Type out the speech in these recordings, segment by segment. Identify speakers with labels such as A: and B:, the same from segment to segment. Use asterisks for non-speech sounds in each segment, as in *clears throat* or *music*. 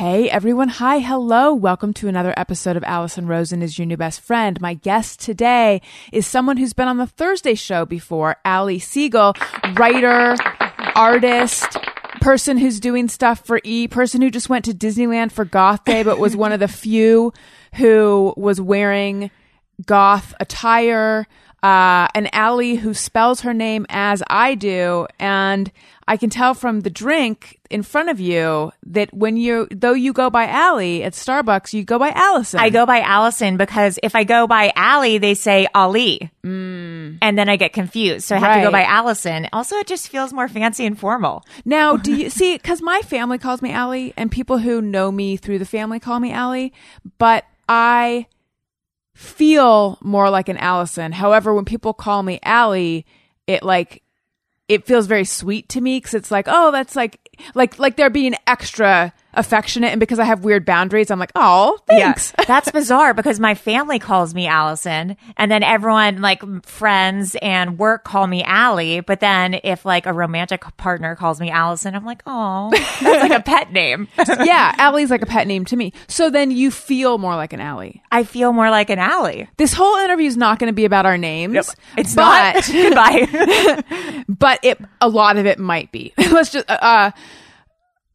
A: everyone. Hi, hello. Welcome to another episode of Allison Rosen is Your New Best Friend. My guest today is someone who's been on the Thursday show before, Ali Siegel, writer, artist, person who's doing stuff for E, person who just went to Disneyland for Goth Day, but was one of the few who was wearing goth attire. Uh, an Allie who spells her name as I do, and I can tell from the drink in front of you that when you, though you go by Allie at Starbucks, you go by Allison.
B: I go by Allison because if I go by Allie, they say Ali. And then I get confused. So I have to go by
A: Mm. Right.
B: Allison. Also, it just feels more fancy and formal. *laughs*
A: Now, do you see? Because my family calls me Allie, and people who know me through the family call me Allie, but I feel more like an Allison. However, when people call me Allie, it like it feels very sweet to me because it's like, oh, that's like like like they're being extra affectionate, and because I have weird boundaries, I'm like, oh, thanks.
B: That's bizarre because my family calls me Allison. And then everyone, like friends and work, call me Allie. But then if like a romantic partner calls me Allison, I'm like, oh, that's like
A: *laughs*
B: a pet name.
A: yeah, Allie's like a pet name to me. So then you feel more like an Allie.
B: I feel more like an Allie.
A: This whole interview is not going to be about our names.
B: It's
A: but-
B: not. *laughs* Goodbye.
A: but it a lot of it might be. *laughs* Let's just uh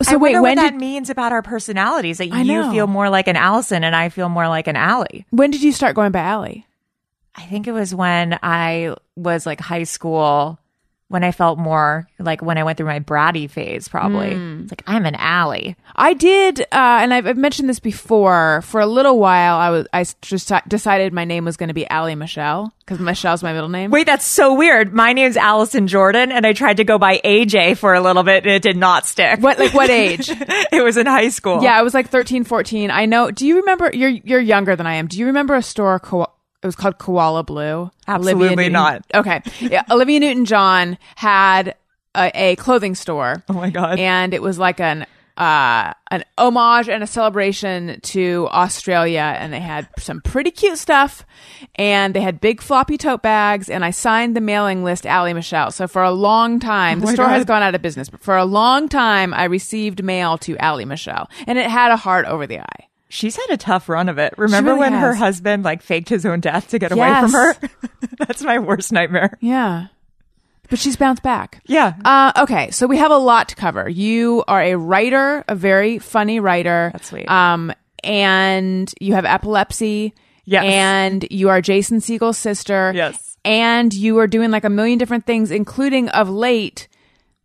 A: so
B: I
A: wait,
B: wonder
A: when
B: what that
A: did
B: means about our personalities that
A: I know.
B: you feel more like an Allison and I feel more like an Allie.
A: when did you start going by Allie?
B: I think it was when I was like high school when I felt more like when I went through my bratty phase, probably.
A: Hmm.
B: It's like I'm an Allie.
A: I did, uh, and I've, I've mentioned this before. For a little while, I was I s- just decided my name was going to be Allie Michelle because Michelle's my middle name.
B: Wait, that's so weird. My name's Allison Jordan, and I tried to go by AJ for a little bit, and it did not stick.
A: What like what age?
B: *laughs* it was in high school.
A: yeah, I was like 13, 14. I know. Do you remember? You're you're younger than I am. Do you remember a store? Ko- it was called Koala Blue.
B: Absolutely
A: Newton-
B: not.
A: Okay, yeah, Olivia Newton John had a, a clothing store.
B: Oh my god.
A: and it was like an uh, an homage and a celebration to Australia, and they had some pretty cute stuff, and they had big floppy tote bags, and I signed the mailing list, Allie Michelle. So for a long time, the store has gone out of business, but for a long time, I received mail to Allie Michelle, and it had a heart over the eye.
B: She's had a tough run of it. Remember
A: really
B: when her
A: has.
B: husband like faked his own death to get away
A: Yes.
B: from her? *laughs* That's my worst nightmare.
A: Yeah, but she's bounced back.
B: Yeah.
A: Uh, okay, so we have a lot to cover. You are a writer, a very funny writer.
B: That's sweet.
A: Um, and you have epilepsy.
B: Yes.
A: And you are Jason Siegel's sister.
B: Yes.
A: And you are doing like a million different things, including of late,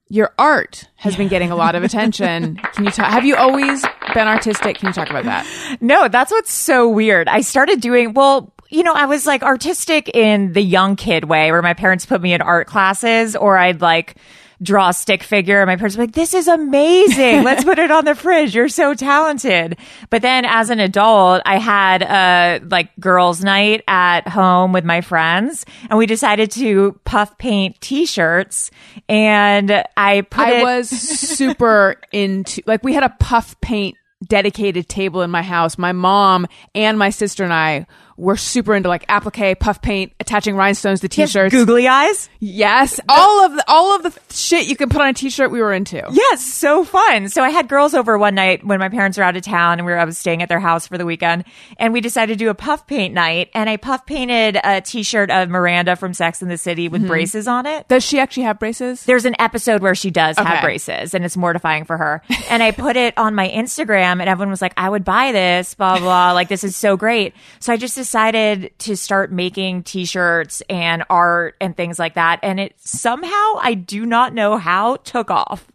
A: your art has been getting a lot of
B: *laughs*
A: attention. Can you talk? Have you always been artistic? Can you talk about that?
B: No, that's what's so weird. I started doing, well, you know, I was like artistic in the young kid way where my parents put me in art classes or I'd like draw a stick figure and my parents were like, this
A: *laughs*
B: is amazing. Let's put it on the fridge. You're so talented. But then as an adult, I had a like girls night at home with my friends and we decided to puff paint t-shirts and I put
A: I
B: it-
A: was super into like we had a puff paint dedicated table in my house. My mom and my sister and I were super into like applique, puff paint, attaching rhinestones to t-shirts.
B: googly eyes.
A: Yes, all of the, all of the shit you can put on a t-shirt we were into.
B: Yes, so fun. So I had girls over one night when my parents were out of town and we were I was staying at their house for the weekend and we decided to do a puff paint night and I puff painted a t-shirt of Miranda from Sex and the City with braces on it.
A: Does she actually have braces?
B: There's an episode where she does
A: Okay.
B: have braces and it's mortifying for her. And I put it on my Instagram and everyone was like, I would buy this, blah, blah. Like, this is so great. So I just decided to start making t shirts and art and things like that. And it somehow, I do not know how, took off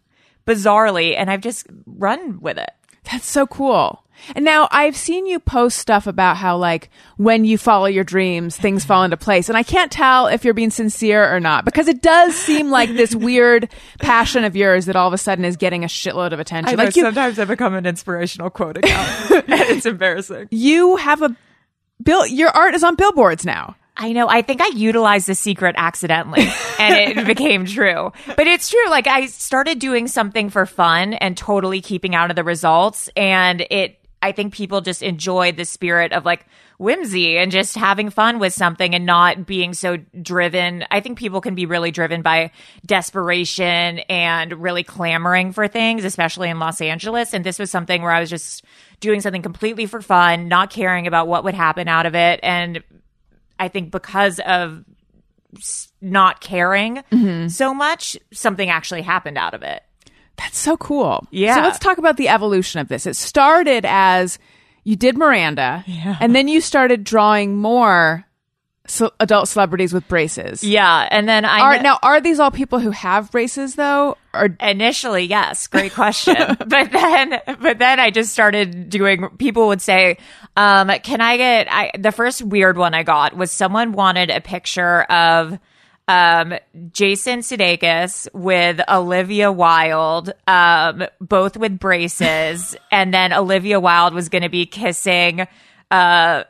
B: bizarrely. And I've just run with it.
A: That's so cool. And now I've seen you post stuff about how like when you follow your dreams, things fall into place. And I can't tell if you're being sincere or not because it does seem like
B: *laughs*
A: this weird passion of yours that all of a sudden is getting a shitload of attention. like you
B: sometimes I become an inspirational quote account. *laughs* it's embarrassing.
A: you have a bill your art is on billboards now.
B: I know. I think I utilized the secret accidentally and it became true. But it's true. Like I started doing something for fun and totally keeping out of the results. And it, I think people just enjoyed the spirit of like whimsy and just having fun with something and not being so driven. I think people can be really driven by desperation and really clamoring for things, especially in Los Angeles. And this was something where I was just doing something completely for fun, not caring about what would happen out of it. And I think because of s- not caring so much, something actually happened out of it.
A: That's so cool.
B: Yeah.
A: So let's talk about the evolution of this. It started as you did Miranda, and then you started drawing more ce- adult celebrities with braces.
B: Yeah. And then I
A: Are, now, are these all people who have braces though, or
B: initially yes great question
A: *laughs*
B: but then but then i just started doing people would say um can i get i the first weird one i got was someone wanted a picture of um jason sudeikis with olivia wilde um both
A: *laughs*
B: with braces and then olivia wilde was going to be kissing uh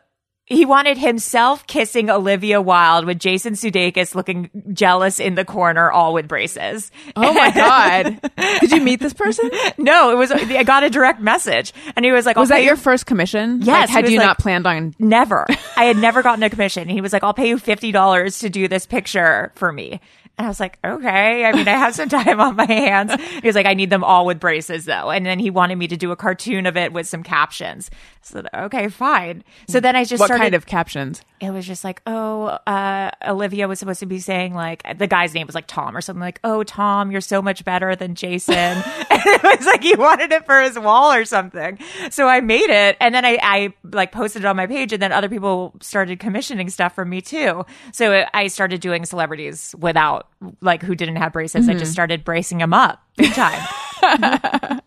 B: he wanted himself kissing Olivia Wilde with Jason Sudeikis looking jealous in the corner, all with braces.
A: oh
B: *laughs*
A: my god, did you meet this person?
B: No, it was. I got a direct message, and he was like,
A: Was
B: I'll
A: that
B: pay
A: your
B: you-
A: first commission? Like,
B: Yes, he
A: had
B: was
A: you
B: like-
A: not planned on?
B: never?" I had never gotten a commission. And he was like, "I'll pay you fifty dollars to do this picture for me." And I was like, "Okay." I mean, I have some time on my hands. He was like, "I need them all with braces, though." And then he wanted me to do a cartoon of it with some captions. So okay, fine. So then I just
A: What
B: started.
A: kind of captions?
B: it was just like, oh, uh, Olivia was supposed to be saying like the guy's name was like Tom or something like, oh, Tom, you're so much better than Jason. *laughs* and it was like he wanted it for his wall or something. So I made it, and then I, I like posted it on my page, and then other people started commissioning stuff from me too. So it, I started doing celebrities without like who didn't have braces. I just started bracing them up big time.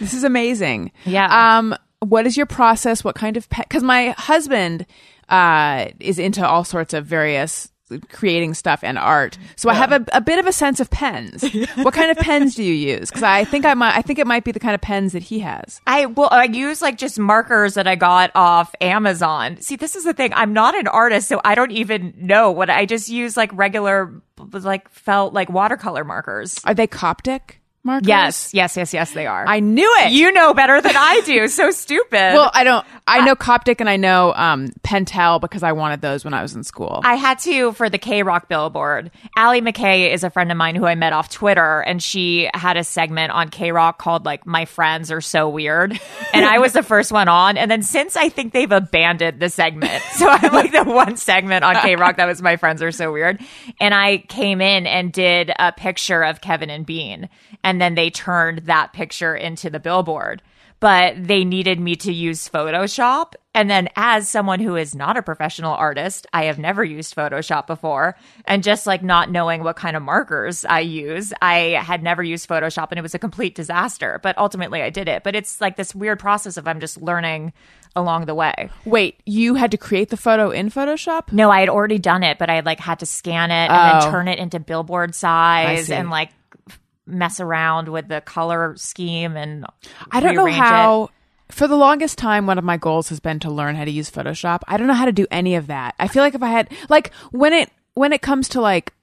A: This is amazing.
B: Yeah.
A: Um, what is your process? What kind of pet? Because my husband uh, is into all sorts of various creating stuff and art, so I have a, a bit of a sense of
B: *laughs*
A: pens. what kind of pens do you use? Because I think I might, I think it might be the kind of pens that he has.
B: I well, I use like just markers that I got off Amazon. See, this is the thing. I'm not an artist, so I don't even know what I just use like regular, like felt like watercolor markers.
A: Are they Coptic markers?
B: Yes, yes, yes, yes. They are.
A: I knew it.
B: you know better than I do. So stupid.
A: well, I don't. I know Coptic and I know um, Pentel because I wanted those when I was in school.
B: I had to for the K Rock billboard. Allie McKay is a friend of mine who I met off Twitter, and she had a segment on K Rock called like "My Friends Are So Weird," *laughs* and I was the first one on. And then since I think they've abandoned the segment, *laughs* so I'm like the one segment on K Rock that was "My Friends Are So Weird," and I came in and did a picture of Kevin and Bean, and then they turned that picture into the billboard but they needed me to use Photoshop. And then, as someone who is not a professional artist, I have never used Photoshop before. And just like not knowing what kind of markers I use, I had never used Photoshop and it was a complete disaster. But ultimately, I did it. But it's like this weird process of I'm just learning along the way.
A: Wait, you had to create the photo in Photoshop?
B: No, I had already done it, but I like had to scan it and then turn it into billboard size
A: see.
B: and like f- mess around with the color scheme and
A: I don't know
B: rearrange it.
A: how. For the longest time, one of my goals has been to learn how to use Photoshop. I don't know how to do any of that. I feel like if I had, like, when it when it comes to like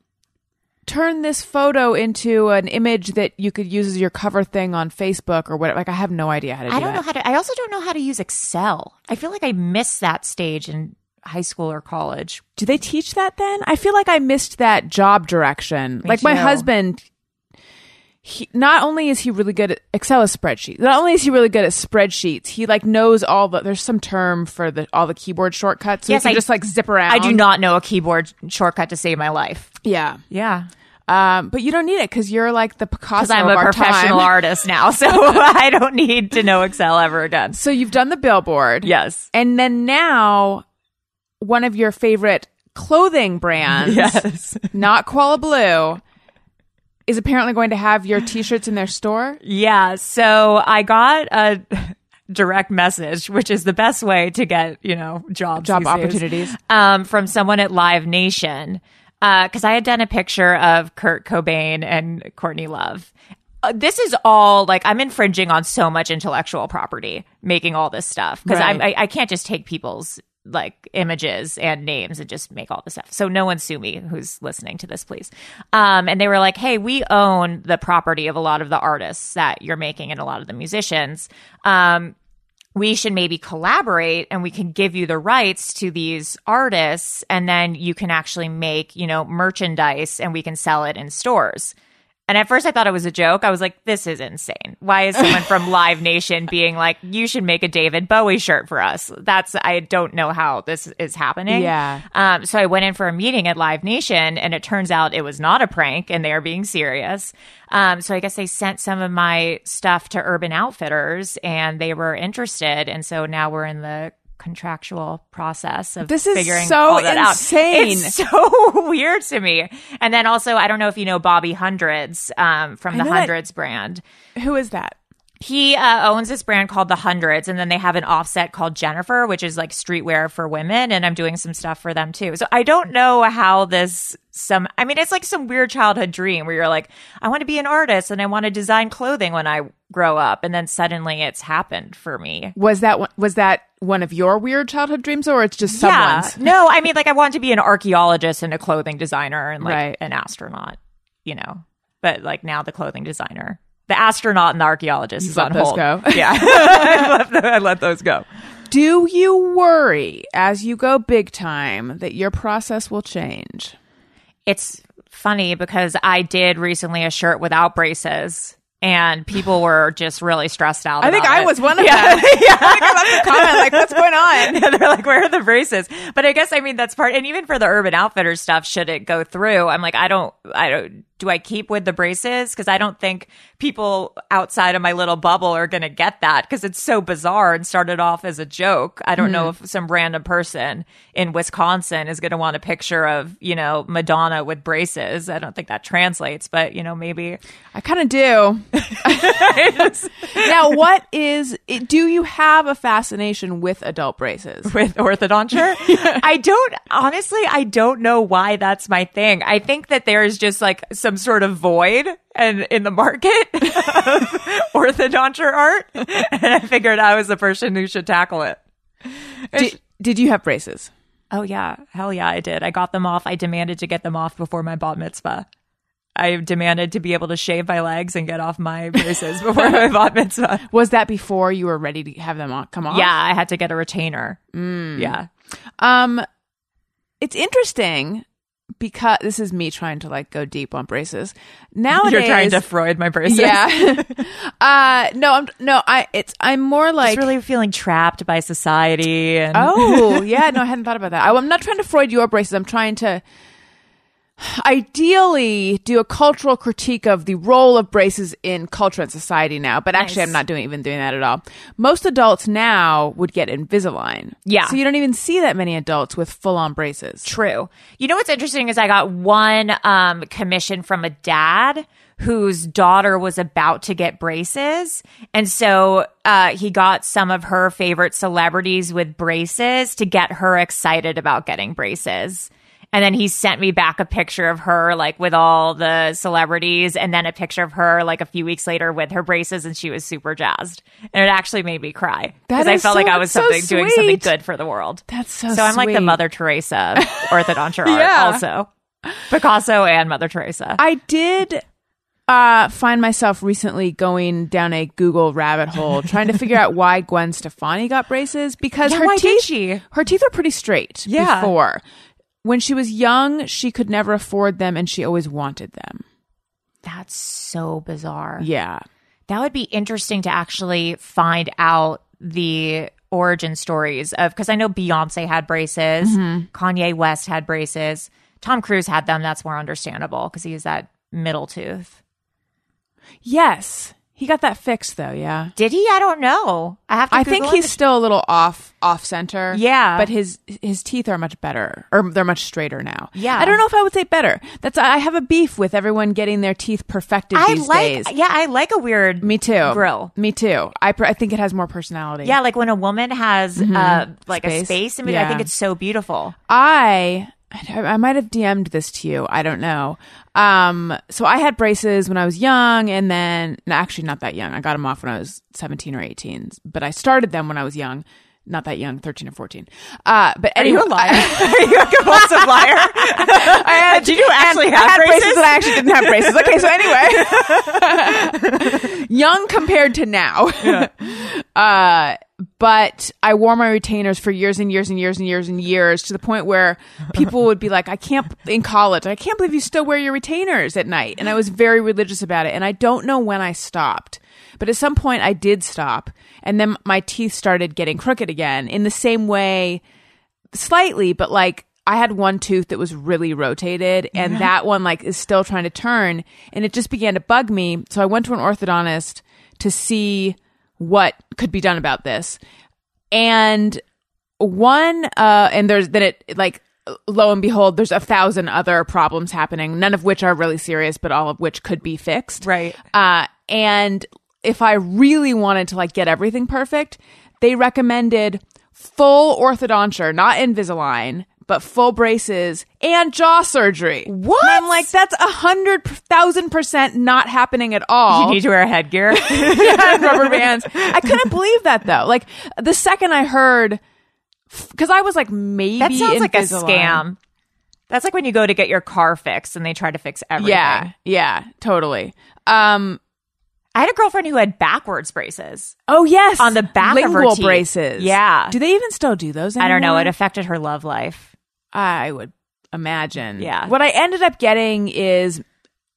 A: turn this photo into an image that you could use as your cover thing on Facebook or whatever, like, I have no idea how to do
B: I don't
A: that.
B: know how to. I also don't know how to use Excel. I feel like I missed that stage in high school or college.
A: Do they teach that then? I feel like I missed that job direction. like my
B: too.
A: husband he not only is he really good at Excel is spreadsheets. Not only is he really good at spreadsheets, he like knows all the there's some term for the all the keyboard shortcuts. So
B: Yes,
A: yes, can
B: I-
A: just like zip around.
B: I do not know a keyboard shortcut to save my life.
A: Yeah.
B: Yeah,
A: Um, but you don't need it because you're like the Picasso
B: because I'm
A: of
B: a
A: our
B: professional
A: time.
B: artist now, so *laughs* I don't need to know Excel ever
A: *laughs*
B: again.
A: So you've done the billboard.
B: Yes.
A: And then now one of your favorite clothing brands
B: *laughs* Yes.
A: not Koala Blue, is apparently going to have your T-shirts in their store.
B: Yeah. So I got a direct message, which is the best way to get, you know, jobs,
A: Job
B: these days,
A: opportunities.
B: um, from someone at Live Nation. Because I had done a picture of Kurt Cobain and Courtney Love. Uh, this is all like I'm infringing on so much intellectual property making all this stuff because
A: Right.
B: I, I can't just take people's like images and names and just make all this stuff. So no one sue me who's listening to this, please. Um, and they were like, "Hey, we own the property of a lot of the artists that you're making and a lot of the musicians. Um, we should maybe collaborate and we can give you the rights to these artists and then you can actually make, you know, merchandise and we can sell it in stores." And at first I thought it was a joke. I was like, this is insane. Why is
A: *laughs*
B: someone from Live Nation being like, you should make a David Bowie shirt for us? That's, I don't know how this is happening.
A: Yeah.
B: Um, so I went in for a meeting at Live Nation and it turns out it was not a prank and they are being serious. Um, so I guess they sent some of my stuff to Urban Outfitters and they were interested. And so now we're in the contractual process of
A: This is
B: figuring
A: so
B: all that
A: insane.
B: out. It's so *laughs* weird to me. And then also, I don't know if you know Bobby Hundreds um, from the
A: know that-
B: Hundreds brand.
A: Who is that?
B: He uh, owns this brand called the Hundreds, and then they have an offset called Jennifer, which is like streetwear for women. And I'm doing some stuff for them too. So I don't know how this some. I mean, it's like some weird childhood dream where you're like, I want to be an artist and I want to design clothing when I grow up, and then suddenly it's happened for me.
A: Was that one, was that one of your weird childhood dreams, or it's just someone's?
B: Yeah. *laughs* No, I mean, like, I want to be an archaeologist and a clothing designer and like
A: Right.
B: an astronaut, you know. But like now, the clothing designer, the astronaut, and the archaeologist is
A: let
B: on
A: those
B: hold.
A: go.
B: *laughs* Yeah,
A: *laughs*
B: I, left tho- I let those go.
A: Do you worry as you go big time that your process will change?
B: It's funny because I did recently a shirt without braces. And people were just really stressed out.
A: I think
B: about
A: I
B: it.
A: was one of
B: *laughs* yeah.
A: them.
B: yeah.
A: Comment like, what's going on?
B: *laughs* Yeah, they're like, where are the braces? But I guess I mean that's part. And even for the Urban Outfitters stuff, should it go through? I'm like, I don't, I don't. Do I keep with the braces? Because I don't think people outside of my little bubble are going to get that because it's so bizarre and started off as a joke. I don't know if some random person in Wisconsin is going to want a picture of you know Madonna with braces. I don't think that translates, but you know maybe.
A: I kind of do. now, what is? Do you have a fascination with adult braces?
B: with *laughs* orthodonture. I don't honestly I don't know why that's my thing. I think that there is just like some sort of void and in the market *laughs* of orthodonture art and I figured I was the person who should tackle it.
A: Did, did you have braces?
B: Oh yeah, hell yeah, I did. I got them off. I demanded to get them off before my bat mitzvah. I demanded to be able to shave my legs and get off my *laughs* braces before my bat mitzvah.
A: Was that before you were ready to have them on, come off?
B: Yeah, I had to get a retainer. Yeah.
A: Um, it's interesting because this is me trying to like go deep on braces. Nowadays,
B: You're trying to Freud my
A: *laughs*
B: braces.
A: yeah. *laughs* uh, no, I'm no, I. It's I'm more like.
B: It's really feeling trapped by society and *laughs*
A: Oh, yeah. No, I hadn't thought about that. I, I'm not trying to Freud your braces. I'm trying to *sighs* ideally do a cultural critique of the role of braces in culture and society now. But actually, I'm
B: Nice.
A: not doing even doing that at all. Most adults now would get Invisalign.
B: Yeah.
A: So you don't even see that many adults with full on braces.
B: true. You know what's interesting is I got one um, commission from a dad whose daughter was about to get braces, and so uh, he got some of her favorite celebrities with braces to get her excited about getting braces. And then he sent me back a picture of her, like with all the celebrities, and then a picture of her, like a few weeks later, with her braces, and she was super jazzed. And it actually made me cry because
A: That
B: I
A: is
B: felt like
A: so-
B: I was
A: so
B: something doing something
A: sweet.
B: good for the world.
A: That's so.
B: So I'm like the
A: sweet.
B: Mother Teresa *laughs* of orthodonture art,
A: Yeah.
B: also Picasso and Mother Teresa.
A: I did uh, find myself recently going down a Google rabbit
B: *laughs*
A: hole trying to figure out why Gwen Stefani got braces because
B: Yeah,
A: her
B: why did
A: teeth
B: she?
A: her teeth are pretty straight
B: Yeah.
A: before. When she was young, she could never afford them and she always wanted them.
B: That's so bizarre.
A: Yeah.
B: That would be interesting to actually find out the origin stories of because I know Beyonce had braces, Kanye West had braces, Tom Cruise had them. That's more understandable because he has that middle tooth.
A: Yes. He got that fixed though, yeah.
B: Did he? I don't know. I have to.
A: I think
B: Google
A: he's
B: it.
A: still a little off off center.
B: Yeah.
A: But his his teeth are much better. Or they're much straighter now.
B: Yeah.
A: I don't know if I would say better. That's I have a beef with everyone getting their teeth perfected
B: I
A: these
B: like.
A: days.
B: Yeah, I like a weird.
A: Me too.
B: Grill.
A: Me too. I pr- I think it has more personality.
B: Yeah, like when a woman has uh, like a
A: Mm-hmm. Space.
B: space in between, I
A: Yeah.
B: think it's so *laughs* beautiful.
A: I I I might have DM'd this to you. I don't know. Um, so I had braces when I was young, and then no, actually not that young. I got them off when I was seventeen or eighteen, but I started them when I was young. Not that young, thirteen or fourteen. Uh, but
B: Are you
A: anyway,
B: a
A: *laughs*
B: liar? *laughs* Are you a compulsive liar? Did Uh, you actually
A: I had braces? and I actually didn't have braces.
B: *laughs*
A: Okay, so anyway, young compared to now. *laughs* Uh, but I wore my retainers for years and years and years and years and years to the point where people would be like, I can't, in college, I can't believe you still wear your retainers at night. And I was very religious about it. And I don't know when I stopped, but at some point I did stop. And then my teeth started getting crooked again in the same way slightly, but like I had one tooth that was really rotated and that one like is still trying to turn and it just began to bug me. So I went to an orthodontist to see what could be done about this. And one uh and there's then it like lo and behold there's a thousand other problems happening none of which are really serious but all of which could be fixed
B: Right.
A: uh, and if I really wanted to like get everything perfect, they recommended full orthodonture, not Invisalign, but full braces and jaw surgery. What? And I'm like, that's a hundred thousand percent not happening at all.
B: *laughs* You need to wear headgear. *laughs*
A: and rubber bands. I couldn't believe that though. Like the second I heard, because I was like, maybe
B: That sounds like a
A: Invisalign.
B: scam. That's like when you go to get your car fixed and they try to fix everything.
A: Yeah, yeah, totally. Um,
B: I had a girlfriend who had backwards braces.
A: oh yes,
B: On the back of her
A: lingual
B: teeth.
A: braces.
B: Yeah.
A: do they even still do those?
B: I
A: Anymore?
B: don't know. It affected her love life.
A: I would imagine.
B: Yeah.
A: What I ended up getting is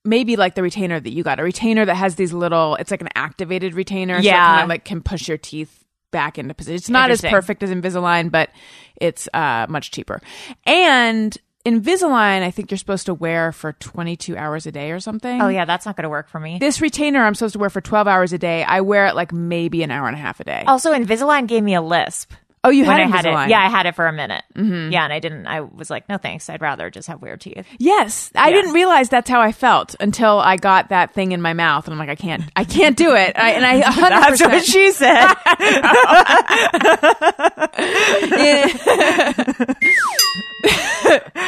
A: maybe like the retainer that you got, a retainer that has these little. It's like an activated retainer. so it
B: Yeah.
A: kind of like can push your teeth back into position. It's not as
B: Interesting.
A: perfect as Invisalign, but it's uh, much cheaper. And Invisalign, I think you're supposed to wear for 22 hours a day or something.
B: Oh, yeah, that's not going to work for me.
A: This retainer I'm supposed to wear for 12 hours a day. I wear it like maybe an hour and a half a day.
B: Also, Invisalign gave me a lisp.
A: oh, you
B: When
A: Oh, had
B: I had
A: Invisalign.
B: it, yeah, I had it for a minute. Mm-hmm. Yeah, and I didn't. I was like, no, thanks. I'd rather just have weird teeth.
A: Yes, I didn't realize that's how I felt until I got that thing in my mouth, and I'm like, I can't, I can't do it. I, and I, 100%,
B: *laughs* That's what she said.
A: *laughs*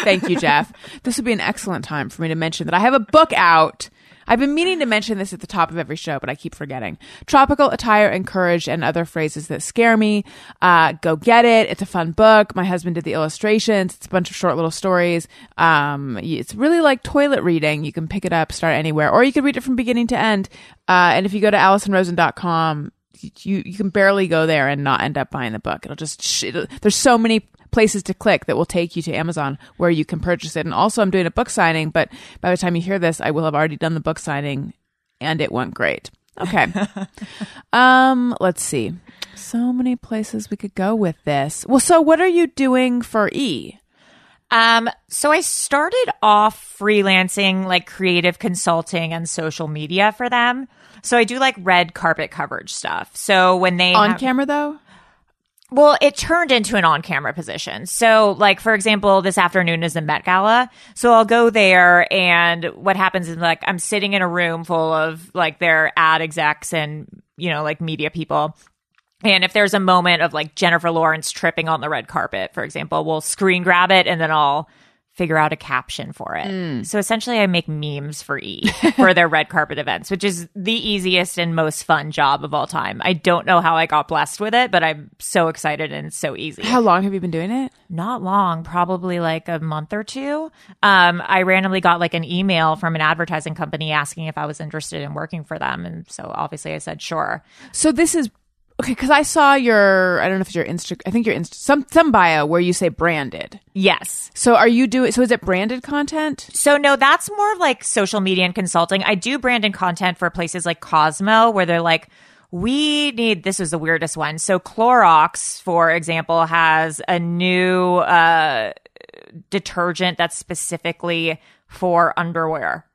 A: Thank you, Jeff. This would be an excellent time for me to mention that I have a book out. I've been meaning to mention this at the top of every show, but I keep forgetting. Tropical Attire and Courage and Other Phrases That Scare Me. Uh, go get it. It's a fun book. My husband did the illustrations. It's a bunch of short little stories. Um, y- it's really like toilet reading. You can pick it up, start anywhere, or you can read it from beginning to end. Uh, and if you go to AllisonRosen.com, you you can barely go there and not end up buying the book. It'll just sh- it'll, there's so many places to click that will take you to Amazon where you can purchase it. And also, I'm doing a book signing, but by the time you hear this, I will have already done the book signing, and it went great. Okay, um, let's see. So many places we could go with this. Well, so what are you doing for E?
B: Um, so I started off freelancing like creative consulting and social media for them. So I do like red carpet coverage stuff. So when they
A: On
B: have-
A: camera though?
B: well, it turned into an on camera position. So like for example, this afternoon is the Met Gala. So I'll go there and what happens is like I'm sitting in a room full of like their ad execs and you know, like media people. And if there's a moment of like Jennifer Lawrence tripping on the red carpet, for example, we'll screen grab it and then I'll figure out a caption for it. So essentially, I make memes for E *laughs* for their red carpet events, which is the easiest and most fun job of all time. I don't know how I got blessed with it, but I'm so excited and it's
A: *laughs*
B: so easy
A: How long have you been doing it?
B: not long, probably like a month or two, um, I randomly got like an email from an advertising company asking if I was interested in working for them. And so obviously I said, sure.
A: So this is okay because I saw your I don't know if it's your Insta I think your Insta some some bio where you say branded.
B: Yes.
A: So are you doing? So is it branded content?
B: So no, that's more of like social media and consulting. I do brand and content for places like Cosmo where they're like, we need this is the weirdest one. So Clorox, for example, has a new uh detergent that's specifically for underwear.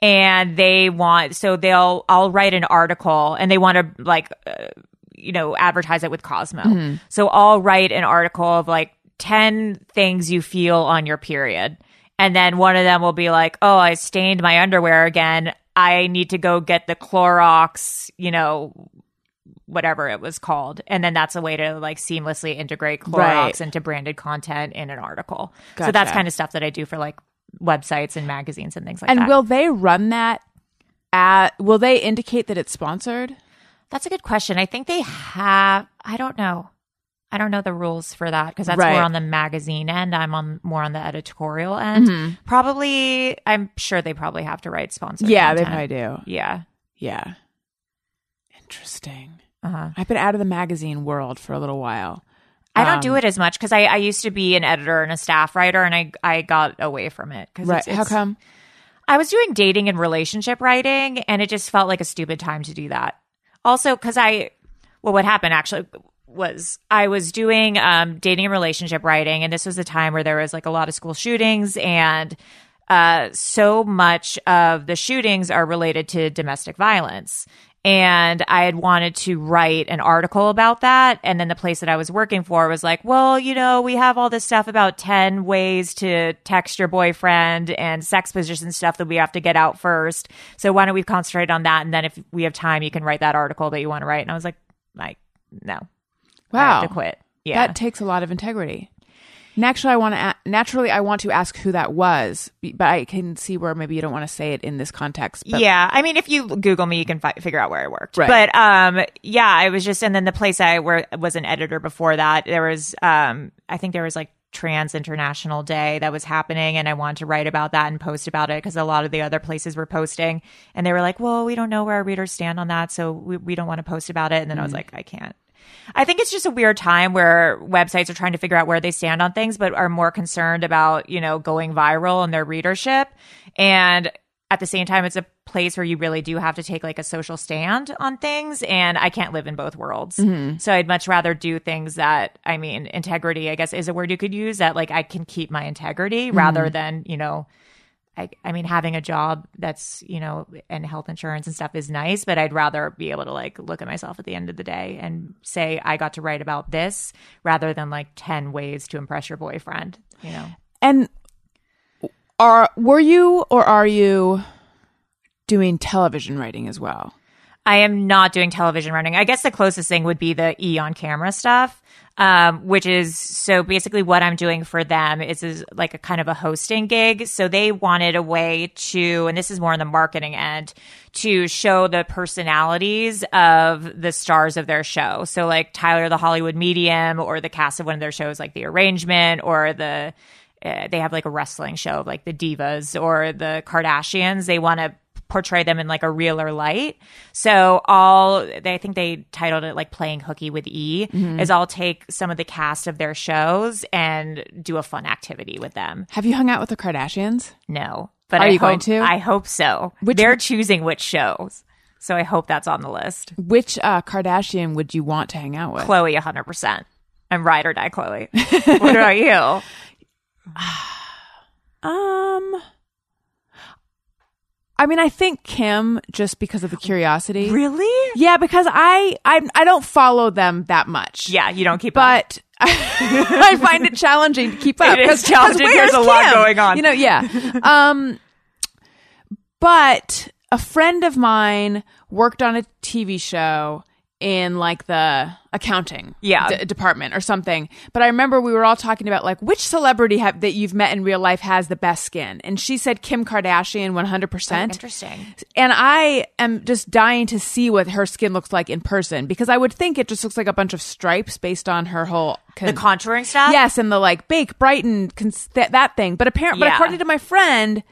B: And they want so they'll I'll write an article and they want to like uh, you know advertise it with Cosmo. So I'll write an article of like 10 things you feel on your period. And then one of them will be like, "Oh, I stained my underwear again. I need to go get the Clorox, you know, whatever it was called." And then that's a way to like seamlessly integrate Clorox
A: Right.
B: into branded content in an article.
A: Gotcha.
B: So that's kind of stuff that I do for like websites and magazines and things like
A: And
B: that.
A: will they run that? At will they indicate that it's sponsored?
B: that's a good question. I think they have. I don't know. I don't know the rules for that because that's
A: Right.
B: more on the magazine end. I'm on more on the editorial end.
A: Mm-hmm.
B: Probably, I'm sure they probably have to write sponsors.
A: Yeah, they probably do.
B: Yeah.
A: Yeah. Interesting.
B: Uh
A: I've been out of the magazine world for a little while.
B: I don't
A: Um,
B: do it as much because I, I used to be an editor and a staff writer, and I I got away from it. 'cause
A: Right.
B: it's-
A: How
B: it's-
A: come?
B: I was doing dating and relationship writing, and it just felt like a stupid time to do that. Also, because I, well, what happened actually was I was doing um, dating and relationship writing, and this was the time where there was like a lot of school shootings, and uh, so much of the shootings are related to domestic violence. And I had wanted to write an article about that. And then the place that I was working for was like, well, you know, we have all this stuff about 10 ways to text your boyfriend and sex position stuff that we have to get out first. So why don't we concentrate on that? And then if we have time, you can write that article that you want to write. And I was like, like, no, I
A: Wow.
B: have to quit. Yeah.
A: That takes a lot of integrity. Naturally, I want to a- naturally I want to ask who that was, b- but I can see where maybe you don't want to say it in this context. But
B: yeah, I mean, if you Google me, you can fi- figure out where I worked.
A: Right.
B: But um, yeah, I was just, and then the place I were, was an editor before that. There was, um, I think there was like Trans International Day that was happening, and I wanted to write about that and post about it because a lot of the other places were posting, and they were like, "Well, we don't know where our readers stand on that, so we, we don't want to post about it." And then I was like, "I can't." I think it's just a weird time where websites are trying to figure out where they stand on things, but are more concerned about, you know, going viral and their readership. And at the same time, it's a place where you really do have to take like a social stand on things. And I can't live in both worlds. So I'd much rather do things that, I mean, integrity, I guess, is a word you could use that like I can keep my integrity rather than, you know, I, I mean, having a job that's, you know, and health insurance and stuff is nice, but I'd rather be able to like look at myself at the end of the day and say, I got to write about this rather than like 10 ways to impress your boyfriend, you know?
A: And are were you or are you doing television writing as well?
B: I am not doing television running. I guess the closest thing would be the E on camera stuff, um, which is so basically what I'm doing for them is, is like a kind of a hosting gig. So they wanted a way to, and this is more on the marketing end, to show the personalities of the stars of their show. So like Tyler, the Hollywood medium, or the cast of one of their shows, like The Arrangement, or the uh, they have like a wrestling show of like the divas or the kardashians they want to portray them in like a realer light so all they, i think they titled it like playing hooky with e
A: Mm-hmm.
B: is i'll take some of the cast of their shows and do a fun activity with them
A: Have you hung out with the Kardashians?
B: no but
A: Are
B: I
A: you
B: hope,
A: going to?
B: i hope so they're choosing which shows so i hope that's on the list
A: Which uh, Kardashian would you want to hang out with?
B: chloe 100% i'm ride or
A: *laughs*
B: die chloe what about you
A: Um, I mean, I think Kim just because of the curiosity.
B: really
A: Yeah, because I I I don't follow them that much.
B: yeah you don't keep up.
A: but *laughs* I find it challenging to keep up.
B: It is
A: 'cause- 'cause
B: challenging.
A: where's
B: There's a lot
A: Kim?
B: going on.
A: You know, yeah. *laughs* um, but a friend of mine worked on a TV show in like the accounting
B: Yeah.
A: d- department or something. But I remember we were all talking about like which celebrity have, that you've met in real life has the best skin, and she said Kim Kardashian, one hundred percent
B: interesting
A: and I am just dying to see what her skin looks like in person because I would think it just looks like a bunch of stripes based on her whole con-
B: the contouring stuff
A: yes and the like bake brighten cons- that, that thing. But apparently, but
B: Yeah.
A: according to my friend,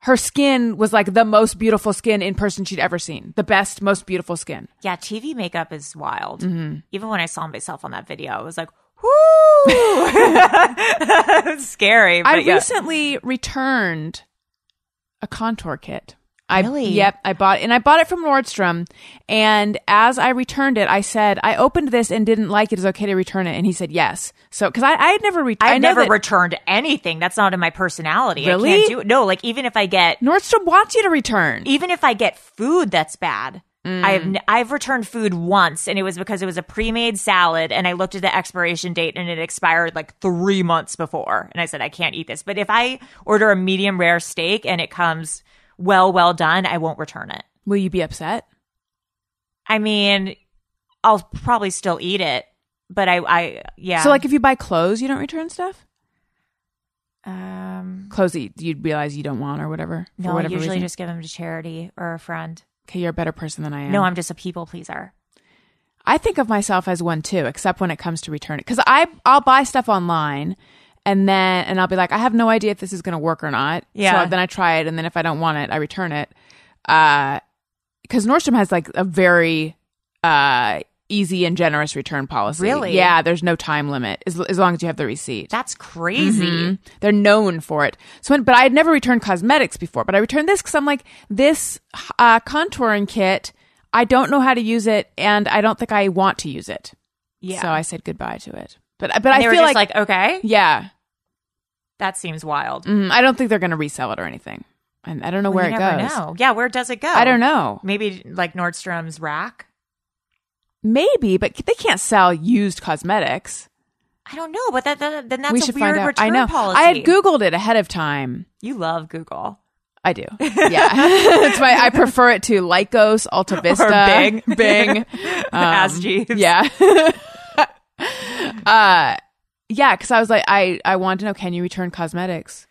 A: her skin was like the most beautiful skin in person she'd ever seen, the best, most beautiful skin.
B: Yeah, TV makeup is wild.
A: Mm-hmm.
B: Even when I saw myself on that video, I was like, "Whoo!" *laughs* Scary. But
A: I
B: yeah.
A: recently returned a contour kit. I,
B: Really?
A: Yep, I bought and I bought it from Nordstrom. And as I returned it, I said I opened this and didn't like it. Is it okay to return it? And he said yes. So because I, I had never returned,
B: I've
A: I know
B: never
A: that
B: returned anything. That's not in my personality. I
A: Really?
B: can't do it. No, like even if I get
A: Nordstrom wants you to return.
B: even if I get food that's bad.
A: Mm.
B: I've n- I've returned food once, and it was because it was a pre-made salad, and I looked at the expiration date, and it expired like three months before, and I said I can't eat this. But if I order a medium rare steak and it comes well well done, I won't return it.
A: Will you be upset?
B: I mean, I'll probably still eat it, but I, I yeah.
A: So like if you buy clothes, you don't return stuff.
B: um,
A: Clothes that you- you'd realize you don't want or whatever. for
B: no, I
A: whatever
B: usually
A: reason.
B: just give them to charity or a friend.
A: okay. You're a better person than I am.
B: No, I'm just a people pleaser.
A: I think of myself as one too, except when it comes to return it. Because I I'll buy stuff online and then and I'll be like, I have no idea if this is gonna work or not.
B: Yeah.
A: So then I try it and then if I don't want it, I return it. Uh because Nordstrom has like a very uh, easy and generous return policy.
B: Really?
A: Yeah, there's no time limit as, as long as you have the receipt.
B: That's crazy.
A: Mhm. They're known for it. So, when, but I had never returned cosmetics before, but I returned this because I'm like, this uh, contouring kit, I don't know how to use it, and I don't think I want to use it.
B: Yeah.
A: So I said goodbye to it. But but I
B: they were
A: feel
B: just
A: like,
B: like, okay,
A: yeah,
B: that seems wild.
A: mm, I don't think they're going to resell it or anything, and I don't know where
B: you
A: it
B: never
A: goes.
B: know. Yeah, where does it go?
A: I don't know.
B: Maybe like Nordstrom's rack.
A: Maybe, but they can't sell used cosmetics.
B: I don't know, but that, that then that's
A: we
B: a
A: should
B: weird
A: find out.
B: return
A: I know.
B: policy.
A: I had googled it ahead of time.
B: You love Google. *laughs*
A: I do. Yeah. *laughs* it's my I prefer it to Lycos, Alta Vista,
B: Bing.
A: *laughs* Bing.
B: Ask Jeeves.
A: Um, Yeah. *laughs* uh yeah, cuz I was like I I want to know can you return cosmetics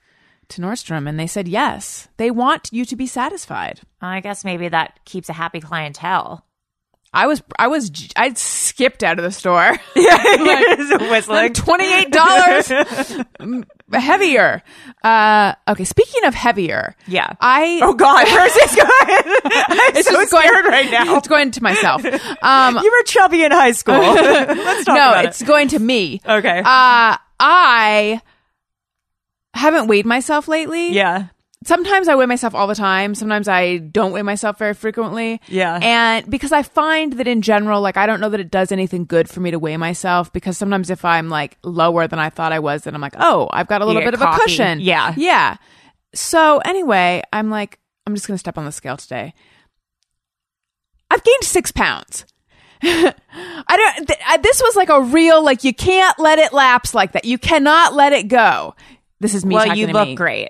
A: to Nordstrom and they said yes. They want you to be satisfied.
B: I guess maybe that keeps a happy clientele.
A: *laughs* I was I was j- I skipped out of the
B: *laughs*
A: store. *laughs*
B: whistling. *laughs*
A: $28 heavier. Uh okay, speaking of heavier.
B: Yeah.
A: I
B: oh
A: *laughs*
B: God, where's this going? *laughs* I'm so scared right now.
A: It's going to myself. Um
B: *laughs* You were chubby in
A: *laughs*
B: high school. Let's talk
A: no,
B: about
A: it's going to me.
B: it. Okay.
A: Uh, I haven't weighed myself lately.
B: yeah.
A: Sometimes I weigh myself all the time. Sometimes I don't weigh myself very frequently.
B: Yeah.
A: And because I find that in general, like, I don't know that it does anything good for me to weigh myself because sometimes if I'm like lower than I thought I was, then I'm like, oh, I've got a little
B: get
A: bit of
B: cocky.
A: a cushion.
B: Yeah.
A: Yeah. So anyway, I'm like, I'm just going to step on the scale today. I've gained six pounds. *laughs* I don't. Th- I, this was like a real like you can't let it lapse like that. You cannot let it go. This is me.
B: Well,
A: talking
B: you
A: to
B: look
A: me.
B: great.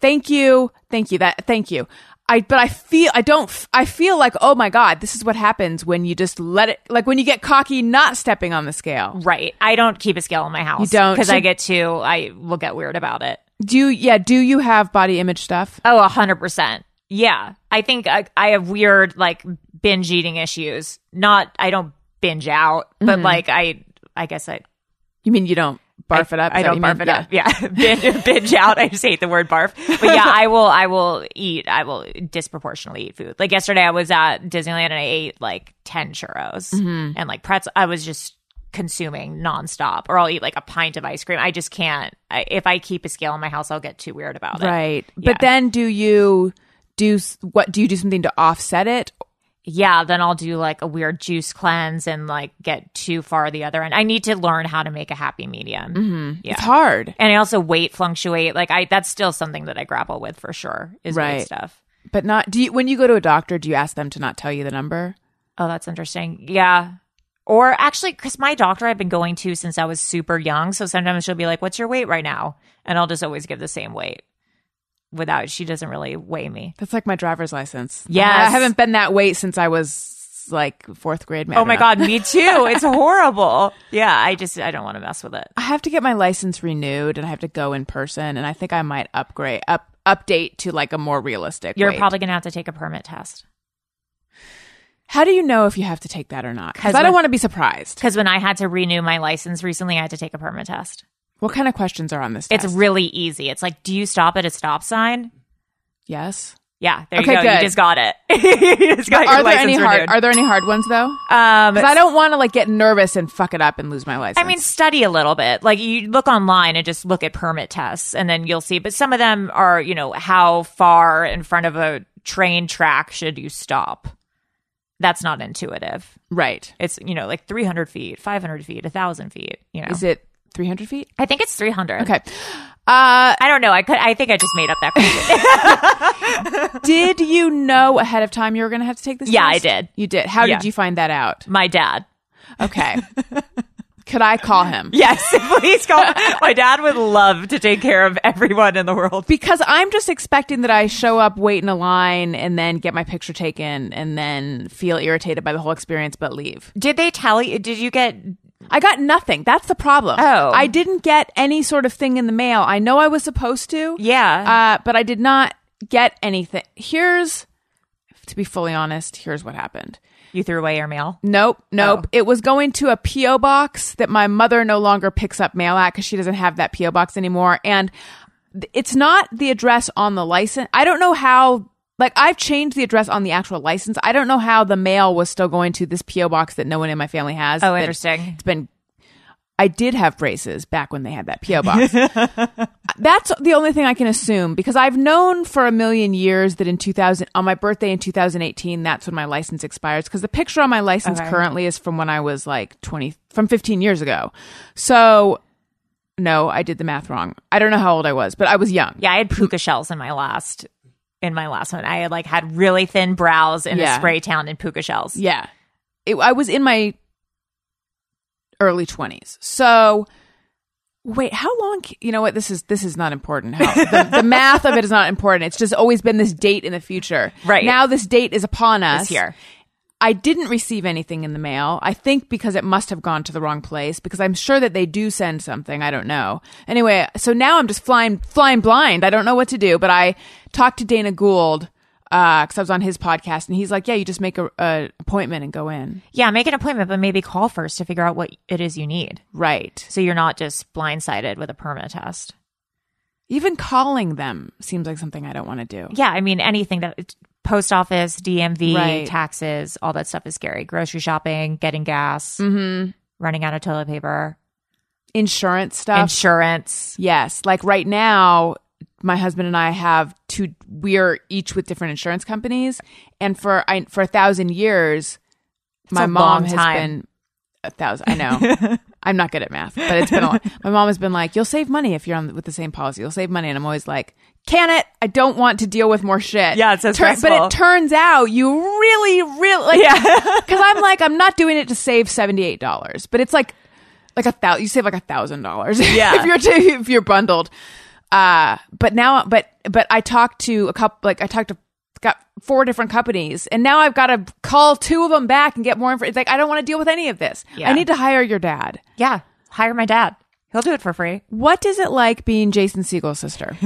A: Thank you, thank you. That thank you. I but I feel I don't. f- I feel like oh my god, this is what happens when you just let it. Like when you get cocky, not stepping on the scale.
B: Right. I don't keep a scale in my house.
A: You don't?
B: because
A: So-
B: I get too. I will get weird about it.
A: Do you, yeah? Do you have body image stuff?
B: Oh, a hundred percent. Yeah, I think I, I have weird like binge eating issues. Not I don't binge out, but
A: Mm-hmm.
B: like I I guess I
A: You mean you don't barf
B: I,
A: it up? Is that
B: I
A: what
B: don't
A: you
B: barf
A: mean?
B: it up. Yeah, *laughs* binge, binge out. I just hate the word barf. But yeah, I will. I will eat. I will disproportionately eat food. Like yesterday, I was at Disneyland and I ate like ten churros
A: Mm-hmm.
B: and like pretzel. I was just consuming nonstop, or I'll eat like a pint of ice cream. I just can't. I, if I keep a scale in my house, I'll get too weird about it.
A: Right.
B: Yeah.
A: But then do you do s- what? Do you do something to offset it?
B: yeah, then I'll do like a weird juice cleanse and like get too far the other end. I need to learn how to make a happy medium. Mm-hmm. Yeah.
A: It's hard.
B: and I also weight fluctuate. Like I, that's still something that I grapple with for sure. Is
A: Right.
B: weight stuff.
A: But not do you when you go to a doctor, do you ask them to not tell you the number?
B: Oh, that's interesting. Yeah. Or actually, because my doctor I've been going to since I was super young, so sometimes she'll be like, "What's your weight right now?" and I'll just always give the same weight. Without she doesn't really weigh me.
A: That's like my driver's license.
B: Yes.
A: I haven't been that weight since I was like fourth grade. I
B: Oh
A: don't
B: my
A: know.
B: god, me too. It's horrible. Yeah, I just I don't want to mess with it.
A: I have to get my license renewed and I have to go in person and I think I might upgrade up update to like a more realistic
B: You're
A: weight.
B: probably gonna have to take a permit test.
A: How do you know if you have to take that or not?
B: 'Cause
A: Because I don't
B: when-
A: want to be surprised.
B: Because when I had to renew my license recently, I had to take a permit test.
A: What kind of questions are on this
B: It's
A: test?
B: really easy. It's like, do you stop at a stop sign?
A: yes.
B: Yeah, there
A: Okay,
B: you go.
A: good.
B: You just got it. *laughs* you just got your
A: Are there
B: license
A: any hard
B: renewed.
A: are there any hard ones though?
B: um,
A: Because I don't want to like get nervous and fuck it up and lose my license.
B: I mean, study a little bit. Like you look online and just look at permit tests, and then you'll see. But some of them are, you know, how far in front of a train track should you stop? That's not intuitive.
A: right?
B: It's you know like three hundred feet, five hundred feet, thousand feet. You know,
A: Is it 300 feet?
B: I think it's three hundred.
A: Okay. Uh,
B: I don't know. I could. I think I just made up that. *laughs* question.
A: did you know ahead of time you were going to have to take this?
B: Yeah, I
A: test?
B: did.
A: You did. How
B: Yeah.
A: did you find that out?
B: My dad. *laughs*
A: Okay. Could I call him?
B: Yes, *laughs*
A: *laughs*
B: please call. My dad would love to take care of everyone in the world.
A: Because I'm just expecting that I show up, wait in a line, and then get my picture taken, and then feel irritated by the whole experience, but leave.
B: Did they tell you? Did you get?
A: I got nothing. That's the problem.
B: Oh.
A: I didn't get any sort of thing in the mail. I know I was supposed to.
B: Yeah.
A: uh, but I did not get anything. Here's, to be fully honest, here's what happened.
B: you threw away your mail.
A: Nope, nope.
B: Oh.
A: It was going to a P.O. box that my mother no longer picks up mail at because she doesn't have that P.O. box anymore. And th- it's not the address on the license. I don't know how Like I've changed the address on the actual license. I don't know how the mail was still going to this PO box that no one in my family has.
B: Oh,
A: that
B: interesting.
A: It's been. I did have braces back when they had that PO box. That's the only thing I can assume because I've known for a million years that in 2000 on my birthday in 2018 that's when my license expires because the picture on my license
B: Okay.
A: currently is from when I was like 20 from 15 years ago. So no, I did the math wrong. I don't know how old I was, but I was young.
B: Yeah, I had puka shells in my last in my last one. I had like had really thin brows and
A: Yeah.
B: a spray tan and puka shells.
A: Yeah. It, I was in my early 20s. So wait, how long c- you know what this is this is not important. How,
B: *laughs*
A: the, the math of it is not important. It's just always been this date in the future.
B: Right.
A: Now this date is upon us.
B: It's here.
A: I didn't receive anything in the mail. I think because it must have gone to the wrong place because I'm sure that they do send something. I don't know. Anyway, so now I'm just flying flying blind. I don't know what to do, but I talked to Dana Gould because I was on his podcast and he's like, "Yeah, you just make a, a appointment and go in."
B: Yeah, make an appointment, but maybe call first to figure out what it is you need.
A: Right.
B: So you're not just blindsided with a permit test.
A: Even calling them seems like something I don't want to do.
B: Yeah, I mean anything that post office, DMV,
A: Right.
B: taxes, all that stuff is scary. Grocery shopping, getting gas,
A: Mm-hmm.
B: running out of toilet paper,
A: Insurance stuff.
B: insurance.
A: Yes. Like right now, my husband and I have two. We're each with different insurance companies, and for I, for a thousand years, my
B: a
A: mom
B: long
A: has
B: time.
A: been a thousand. I
B: *laughs*
A: know. I'm not good at math, but it's been a lot. My mom has been like, "You'll save money if you're on with the same policy. You'll save money," and I'm always like. Can it? I don't want to deal with more shit.
B: Yeah, it's so
A: But
B: stressful.
A: it turns out you really, really, like, because I'm like, I'm not doing it to save seventy eight dollars, but it's like, like a thousand. You save like a thousand dollars. *laughs*
B: Yeah.
A: if you're if you're bundled. Uh, but now, but but I talked to a couple. Like I talked to got four different companies, and now I've got to call two of them back and get more information. Like I don't want to deal with any of this.
B: Yeah.
A: I need to hire your dad.
B: Yeah, hire my dad. He'll do it for free.
A: What is it like being Jason Siegel's
B: *laughs*
A: sister?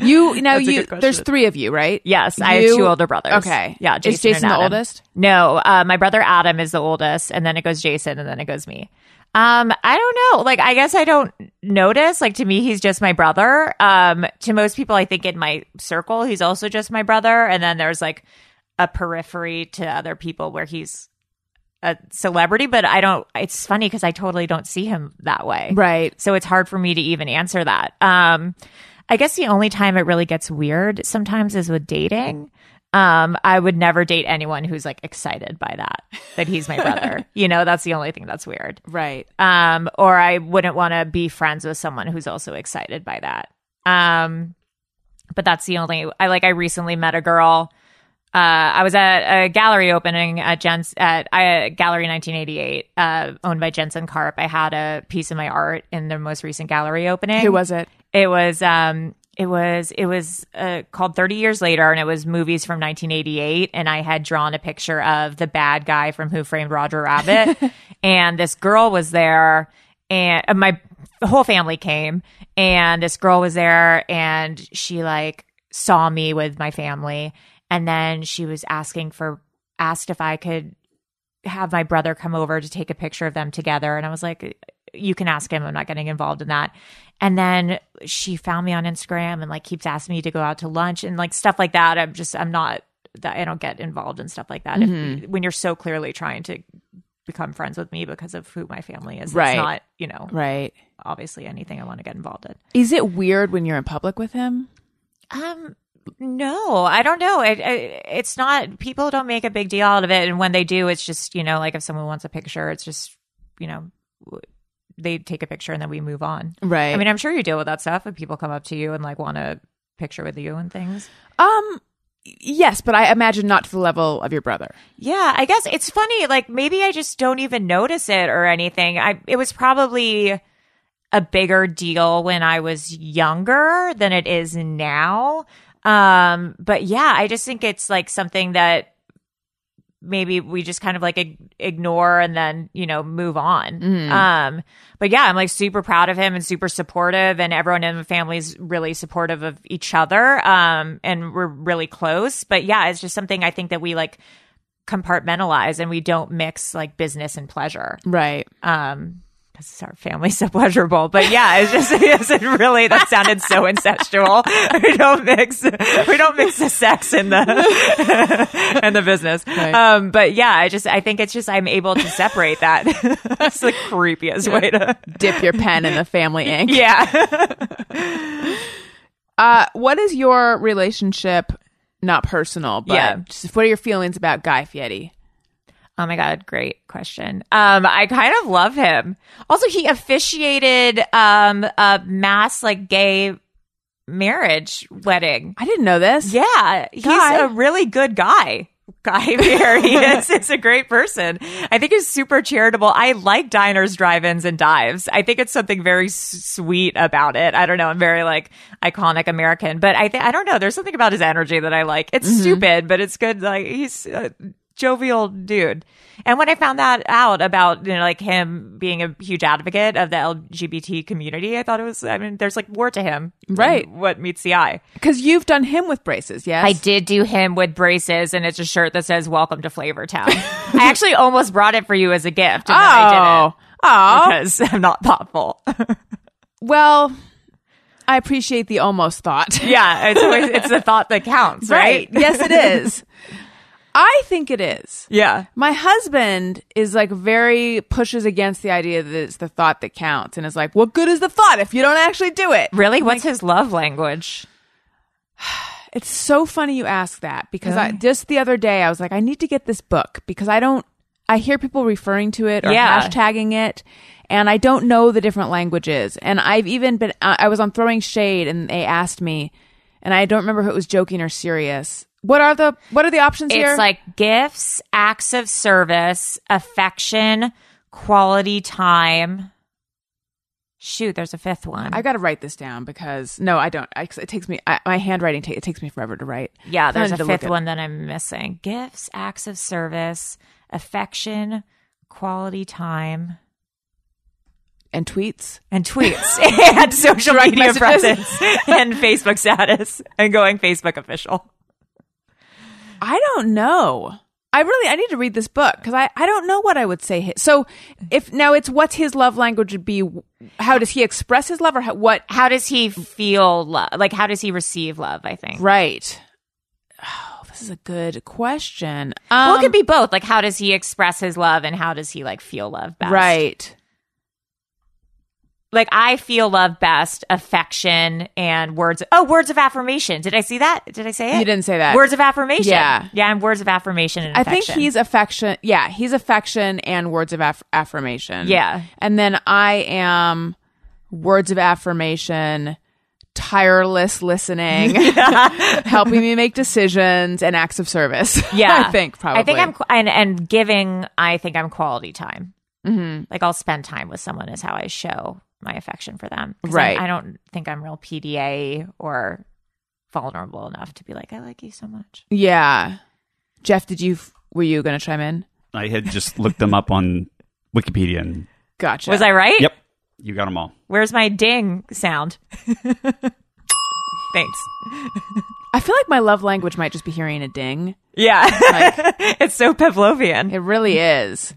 A: You now
B: That's a
A: you
B: good
A: there's
B: question.
A: three of you, right?
B: Yes, I have
A: You-
B: two older brothers.
A: Okay,
B: yeah. Jason
A: is Jason
B: and
A: the
B: Adam.
A: oldest?
B: No, uh, my brother Adam is the oldest, and then it goes Jason, and then it goes me. Um, I don't know. Like, I guess I don't notice. Like to me, he's just my brother. Um, to most people, I think in my circle, he's also just my brother. And then there's like a periphery to other people where he's a celebrity, but I don't. It's funny because I totally don't see him that way.
A: Right.
B: So it's hard for me to even answer that. Um, I guess the only time it really gets weird sometimes is with dating. Um, I would never date anyone who's like excited by that, that he's my brother. you know, that's the only thing that's weird.
A: Right.
B: Um, or I wouldn't want to be friends with someone who's also excited by that. Um, but that's the only, I like, I recently met a girl. Uh, I was at a gallery opening at Jens at uh, Gallery 1988, uh, owned by Jensen Karp. I had a piece of my art in the most recent gallery opening.
A: Who was it?
B: It was um it was it was uh, called 30 years later and it was movies from 1988 and I had drawn a picture of the bad guy from Who Framed Roger Rabbit and this girl was there and uh, my the whole family came and this girl was there and she like saw me with my family and then she was asking for asked if I could have my brother come over to take a picture of them together. And I was like, you can ask him. I'm not getting involved in that. And then she found me on Instagram and like keeps asking me to go out to lunch and like stuff like that. I'm just, I'm not, that I don't get involved in stuff like that. If- when you're so clearly trying to become friends with me because of who my family is,
A: Right.
B: it's not, you know,
A: Right.
B: obviously anything I want to get involved in.
A: Is it weird when you're in public with him?
B: Um, no, I don't know. It, it, it's not. People don't make a big deal out of it, and when they do, it's just you know, like if someone wants a picture, it's just you know, w- they take a picture and then we move on.
A: Right.
B: I mean, I'm sure you deal with that stuff when people come up to you and like want a picture with you and things.
A: Um, y- yes, but I imagine not to the level of your brother.
B: Yeah, I guess it's funny. Like maybe I just don't even notice it or anything. I it was probably a bigger deal when I was younger than it is now. Um, but yeah, I just think it's like something that maybe we just kind of like ig- ignore and then you know move on. Um, but yeah, I'm like super proud of him and super supportive, and everyone in the family's really supportive of each other. Um, and we're really close. But yeah, it's just something I think that we like compartmentalize and we don't mix like business and pleasure.
A: Right.
B: Um, because our family's *laughs* so pleasurable. But yeah, it's just *laughs* it's it really that sounded so incestual. We don't mix we don't mix the sex and the *laughs* and the business.
A: Right.
B: Um, but yeah, I just I think it's just I'm able to separate that. *laughs* That's the creepiest way to
A: *laughs* Dip your pen in the
B: *laughs*
A: family ink.
B: yeah.
A: Uh, what is your relationship? Not personal, but
B: Yeah.
A: just what are your feelings about Guy Fieri?
B: Oh my god, great question. Um, I kind of love him. Also, he officiated um a mass like gay marriage wedding.
A: I didn't know this.
B: Yeah, he's
A: Guy.
B: a really good guy. Guy *laughs* Fieri he is. It's a great person. I think he's super charitable. I like diners, drive-ins, and dives. I think it's something very s- sweet about it. I don't know. I'm very like iconic American, but I think I don't know. There's something about his energy that I like. It's stupid, but it's good. Like he's a jovial dude. And when I found that out about you know like him being a huge advocate of the LGBT community, I thought it was. I mean, there's like more to him, than
A: Right.
B: What meets the eye.
A: Because you've done him with braces, yes?
B: I did do him with braces, and it's a shirt that says "Welcome to Flavor *laughs* Town." I actually almost brought it for you as a gift, and then I
A: Oh. Oh.
B: didn't because *laughs* I'm not thoughtful.
A: Well, I appreciate the almost thought. *laughs*
B: yeah, it's *laughs* always, it's the thought that counts, right?
A: yes, it
B: *laughs*
A: is. I think it is.
B: Yeah.
A: My husband is like very pushes against the idea that it's the thought that counts and is like, what good is the thought if you don't actually do it?
B: Really? What's his love language?
A: It's so funny you ask that because I just the other day I was like, I need to get this book because I don't I hear people referring to it or
B: Yeah.
A: hashtagging it and I don't know the different languages. And I've even been I I was on throwing shade and they asked me and I don't remember if it was joking or serious. What are the what are the options here?
B: It's like gifts, acts of service, affection, quality time. Shoot, there's a fifth one.
A: I got to write this down because no, I don't. I, 'cause it takes me I, my handwriting. Ta- it takes me forever to write.
B: Yeah,
A: So I
B: there's a
A: need to look
B: fifth
A: at-
B: one that I'm missing. Gifts, acts of service, affection, quality time,
A: and tweets.
B: and tweets, *laughs* and social
A: Direct
B: media
A: messages.
B: presence, and Facebook status, and going Facebook official.
A: I don't know. I really I need to read this book because I I don't know what I would say. His, so if now it's what's his love language would be? How does he express his love or how, what?
B: How does he feel love? Like, how does he receive love? I think.
A: Right. Oh, this is a good question.
B: Well,
A: Um,
B: it could be both. Like, how does he express his love, and how does he like feel love best?
A: right.
B: Like, I feel love best, affection, and words. Oh, words of affirmation. Did I see that? Did I say it?
A: You didn't say that.
B: Words of affirmation.
A: Yeah.
B: yeah, and words of affirmation. And
A: I think
B: affection.
A: he's affection. Yeah, he's affection and words of aff- affirmation.
B: Yeah.
A: and then I am words of affirmation, tireless
B: *laughs*
A: listening, *laughs* helping me make decisions, and acts of service. *laughs*
B: Yeah,
A: I think probably.
B: I think I'm qu- and and giving. I think I'm quality time. Mm-hmm. Like I'll spend time with someone is how I show my affection for them. 'Cause I'm-
A: Right.
B: I don't think I'm real PDA or vulnerable enough to be like I like you so much.
A: Yeah, Jeff, did you? f- Were you going to chime in?
C: I had just looked them up on
B: *laughs*
C: Wikipedia and
A: Gotcha.
B: Was I right?
C: yep, you got them all.
B: Where's my ding sound? *laughs* Thanks.
A: I feel like my love language might just be hearing a ding.
B: Yeah, *laughs*
A: Like-
B: it's so Pavlovian.
A: It really is.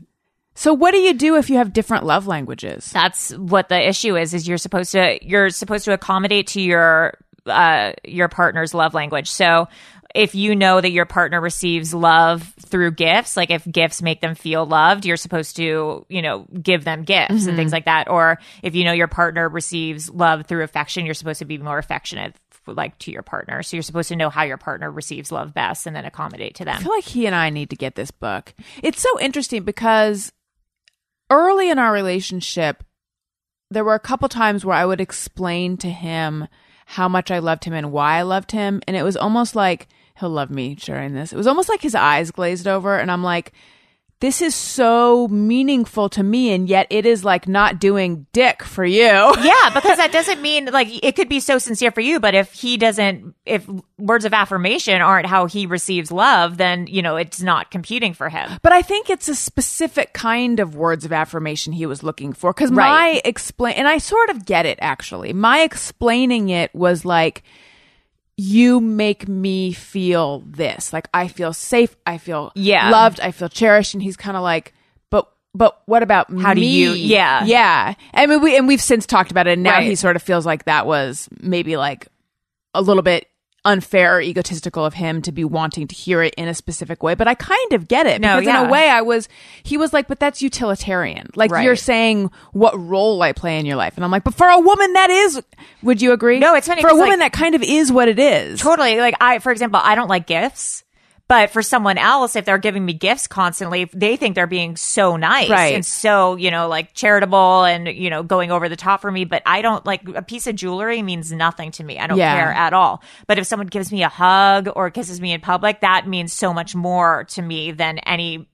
A: So, what do you do if you have different love languages?
B: that's what the issue is is you're supposed to you're supposed to accommodate to your uh your partner's love language so if you know that your partner receives love through gifts like if gifts make them feel loved you're supposed to you know give them gifts and things like that or if you know your partner receives love through affection you're supposed to be more affectionate like to your partner so you're supposed to know how your partner receives love best and then accommodate to them
A: I feel like he and I need to get this book. It's so interesting because early in our relationship, there were a couple times where I would explain to him how much I loved him and why I loved him. And it was almost like, he'll love me sharing this. It was almost like his eyes glazed over. And I'm like, this is so meaningful to me. And yet it is like not doing dick for you. *laughs*
B: Yeah, because that doesn't mean like it could be so sincere for you, but if he doesn't, if words of affirmation aren't how he receives love, then you know it's not computing for him.
A: But I think it's a specific kind of words of affirmation he was looking for. Because my
B: Right.
A: explain, and I sort of get it actually. My explaining it was like, you make me feel this. Like I feel safe. I feel
B: Yeah.
A: loved. I feel cherished. And he's kind of like, but but what about
B: How do
A: me?
B: you- e-, yeah.
A: yeah. I mean, we and we've since talked about it, and now
B: Right.
A: he sort of feels like that was maybe like a little bit unfair or egotistical of him to be wanting to hear it in a specific way. But I kind of get it
B: No,
A: because in
B: yeah.
A: a way, I was. He was like, "But that's utilitarian. Like
B: Right.
A: you're saying what role I play in your life," and I'm like, "But for a woman, that is. Would you agree?
B: No, it's funny
A: for a
B: 'cause,
A: woman
B: like-
A: that kind of is what it is.
B: Totally. Like I, for example, I don't like gifts, but for someone else, if they're giving me gifts constantly, they think they're being so nice
A: Right.
B: and so, you know, like charitable and, you know, going over the top for me. But I don't like a piece of jewelry means nothing to me. I don't
A: Yeah.
B: care at all. But if someone gives me a hug or kisses me in public, that means so much more to me than any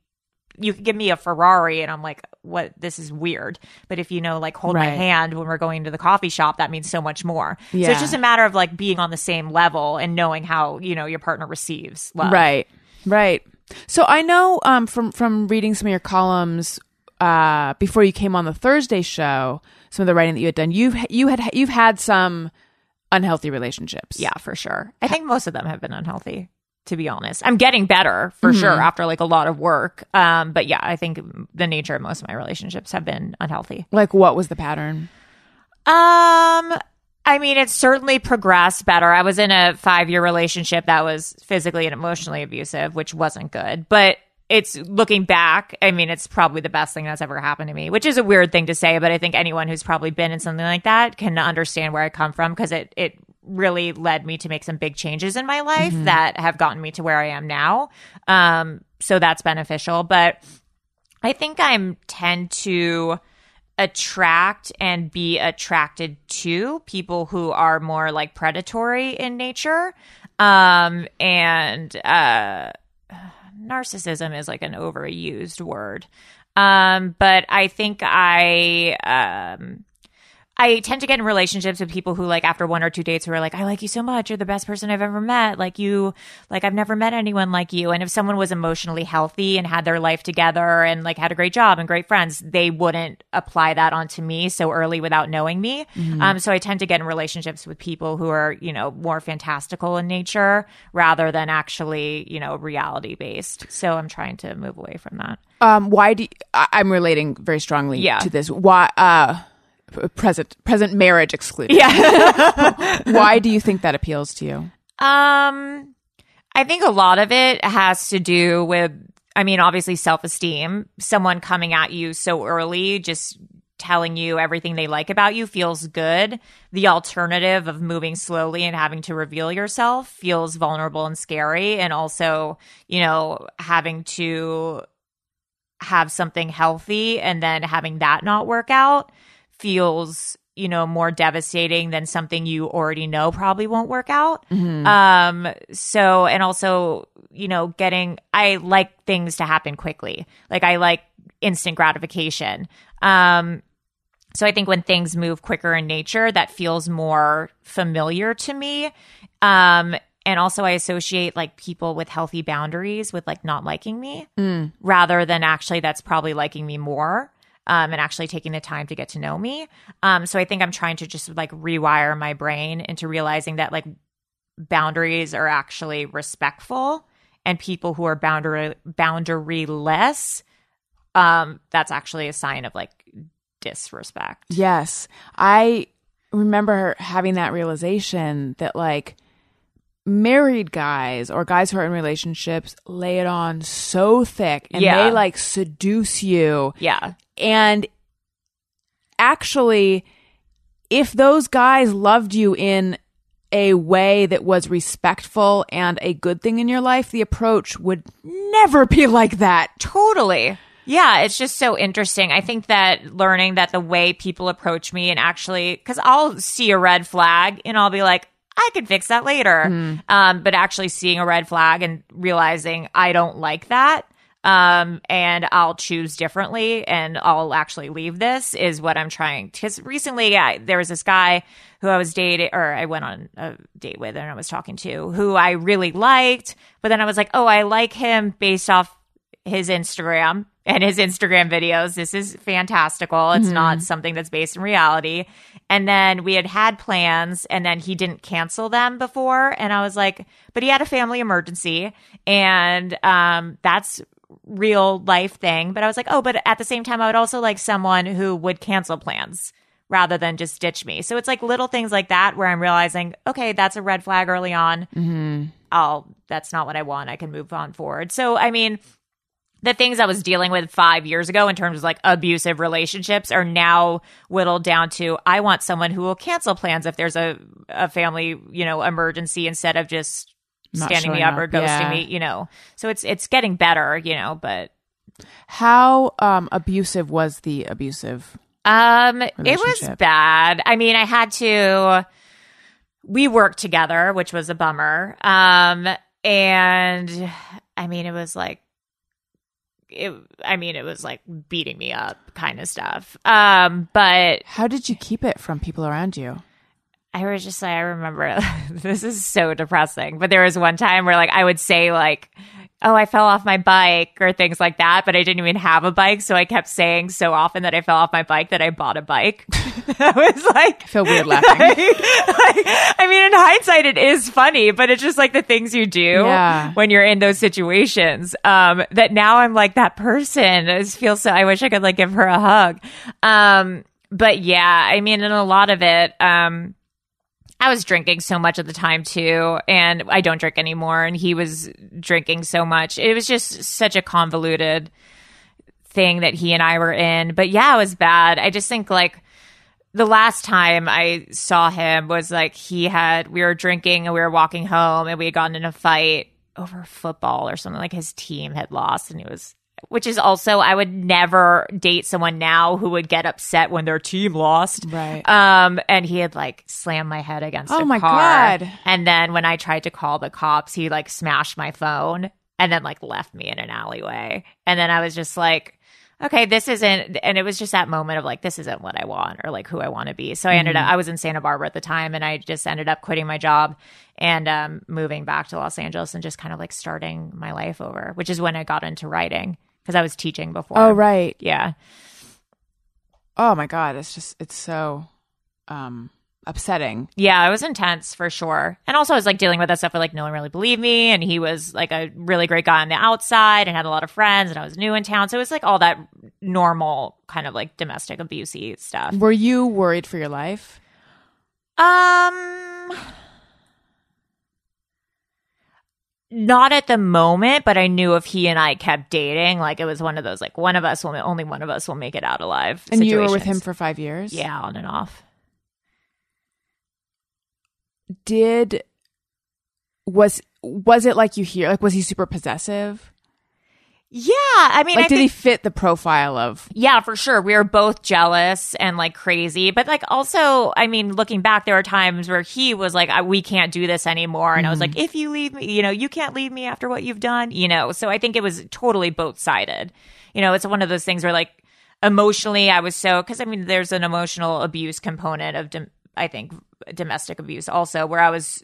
B: you could give me a Ferrari and I'm like, what? This is weird. But if you know, like, hold my
A: Right.
B: hand when we're going to the coffee shop, that means so much more. So
A: Yeah.
B: it's just a matter of like being on the same level and knowing how, you know, your partner receives love.
A: Right. Right. So I know um, from from reading some of your columns uh, before you came on the Thursday show, some of the writing that you had done, you you had you've had some unhealthy relationships.
B: Yeah, for sure. I think most of them have been unhealthy, to be honest. I'm getting better for sure after like a lot of work. Um, but yeah, I think the nature of most of my relationships have been unhealthy.
A: Like what was the pattern?
B: Um, I mean, it's certainly progressed better. I was in a five year relationship that was physically and emotionally abusive, which wasn't good. But it's looking back, I mean, it's probably the best thing that's ever happened to me, which is a weird thing to say, but I think anyone who's probably been in something like that can understand where I come from because it, it really led me to make some big changes in my life that have gotten me to where I am now. Um, so that's beneficial. But I think I'm tend to attract and be attracted to people who are more like predatory in nature. Um and uh narcissism is like an overused word. Um but I think I um I tend to get in relationships with people who like after one or two dates who are like, I like you so much. You're the best person I've ever met. Like you, like I've never met anyone like you. And if someone was emotionally healthy and had their life together and like had a great job and great friends, they wouldn't apply that onto me so early without knowing me. Um, so I tend to get in relationships with people who are, you know, more fantastical in nature rather than actually, you know, reality based. So I'm trying to move away from that.
A: Um, why do you, I, I'm relating very strongly
B: Yeah.
A: to this? Why uh, p- present present marriage excluded?
B: Yeah.
A: *laughs* why do you think that appeals to you?
B: Um, I think a lot of it has to do with, I mean, obviously self esteem. Someone coming at you so early, just telling you everything they like about you feels good. The alternative of moving slowly and having to reveal yourself feels vulnerable and scary. And also, you know, having to have something healthy and then having that not work out feels you know more devastating than something you already know probably won't work out um so and also you know getting i like things to happen quickly like i like instant gratification um so I think when things move quicker in nature, that feels more familiar to me. Um, and also I associate like people with healthy boundaries with like not liking me rather than actually that's probably liking me more. Um, and actually taking the time to get to know me. Um, so I think I'm trying to just like rewire my brain into realizing that like boundaries are actually respectful and people who are boundary boundaryless, um, that's actually a sign of like disrespect.
A: Yes. I remember having that realization that like married guys or guys who are in relationships lay it on so thick and
B: Yeah.
A: they like seduce you
B: Yeah.
A: and actually if those guys loved you in a way that was respectful and a good thing in your life the approach would never be like that
B: Totally. Yeah, it's just so interesting. I think that learning that the way people approach me and actually, because I'll see a red flag and I'll be like, I could fix that later. Um, but actually seeing a red flag and realizing I don't like that um, and I'll choose differently and I'll actually leave this is what I'm trying. Because recently I, there was this guy who I was dating or I went on a date with and I was talking to who I really liked. But then I was like, oh, I like him based off his Instagram and his Instagram videos. This is fantastical. It's not something that's based in reality. And then we had had plans and then he didn't cancel them before. And I was like, but he had a family emergency and um, that's real life thing. But I was like, oh, but at the same time, I would also like someone who would cancel plans rather than just ditch me. So it's like little things like that where I'm realizing, okay, that's a red flag early on. I'll, that's not what I want. I can move on forward. So, I mean, the things I was dealing with five years ago in terms of like abusive relationships are now whittled down to I want someone who will cancel plans if there's a, a family, you know, emergency instead of just
A: Not
B: standing me
A: showing
B: up, or
A: up,
B: ghosting
A: yeah.
B: me, you know. So it's it's getting better, you know, but
A: How um, abusive was the abusive?
B: um it was
A: Relationship.
B: bad. I mean, I had to we worked together, which was a bummer. Um and I mean, it was like it I mean, it was like beating me up kind of stuff. Um but
A: How did you keep it from people around you?
B: I was just like, I remember *laughs* this is so depressing. But there was one time where like I would say like, oh, I fell off my bike or things like that, but I didn't even have a bike, so I kept saying so often that I fell off my bike that I bought a bike. *laughs* I was like,
A: I feel weird *laughs* laughing.
B: like, *laughs* I mean, in hindsight, it is funny, but it's just like the things you do
A: Yeah.
B: when you're in those situations. Um, that now I'm like that person. I just feel so. I wish I could like give her a hug. Um, but yeah, I mean, in a lot of it, um, I was drinking so much at the time too, and I don't drink anymore. And he was drinking so much. It was just such a convoluted thing that he and I were in. But yeah, it was bad. I just think like the last time I saw him was like he had we were drinking and we were walking home and we had gotten in a fight over football or something like his team had lost and it was which is also I would never date someone now who would get upset when their team lost.
A: Right.
B: Um and he had like slammed my head against
A: Oh
B: a
A: my
B: car.
A: God.
B: And then when I tried to call the cops, he like smashed my phone and then like left me in an alleyway. And then I was just like, okay, this isn't. And it was just that moment of like, this isn't what I want or like who I want to be. So I
A: Mm-hmm.
B: ended up, I was in Santa Barbara at the time and I just ended up quitting my job and um, moving back to Los Angeles and just kind of like starting my life over, which is when I got into writing because I was teaching before.
A: Oh right.
B: Yeah.
A: Oh my god, it's just it's so um upsetting.
B: Yeah, it was intense for sure. And also, I was like dealing with that stuff where like no one really believed me. And he was like a really great guy on the outside and had a lot of friends. And I was new in town. So it was like all that normal kind of like domestic abusey stuff.
A: Were you worried for your life?
B: Um, not at the moment, but I knew if he and I kept dating, like it was one of those like one of us will, only one of us will make it out alive.
A: And you were with him
B: situations.
A: for 5 years?
B: yeah, on and off.
A: Did was was it like you hear like was he super possessive?
B: Yeah, I mean,
A: Like
B: I
A: did
B: think-
A: he fit the profile of
B: Yeah, for sure. We were both jealous and like crazy. But like also, I mean, looking back, there were times where he was like, I, we can't do this anymore. And I was like, if you leave me, you know, you can't leave me after what you've done, you know. So I think it was totally both sided. You know, it's one of those things where like emotionally, I was so, because I mean, there's an emotional abuse component of, dom- I think, domestic abuse also, where I was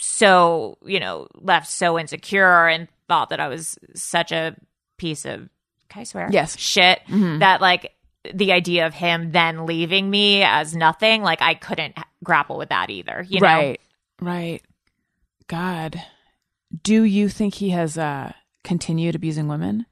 B: so you know left so insecure and thought that I was such a piece of can I swear
A: Yes. Mm-hmm.
B: shit that like the idea of him then leaving me as nothing like I couldn't grapple with that either you know
A: Right. Right. God. Do you think he has uh continued abusing women?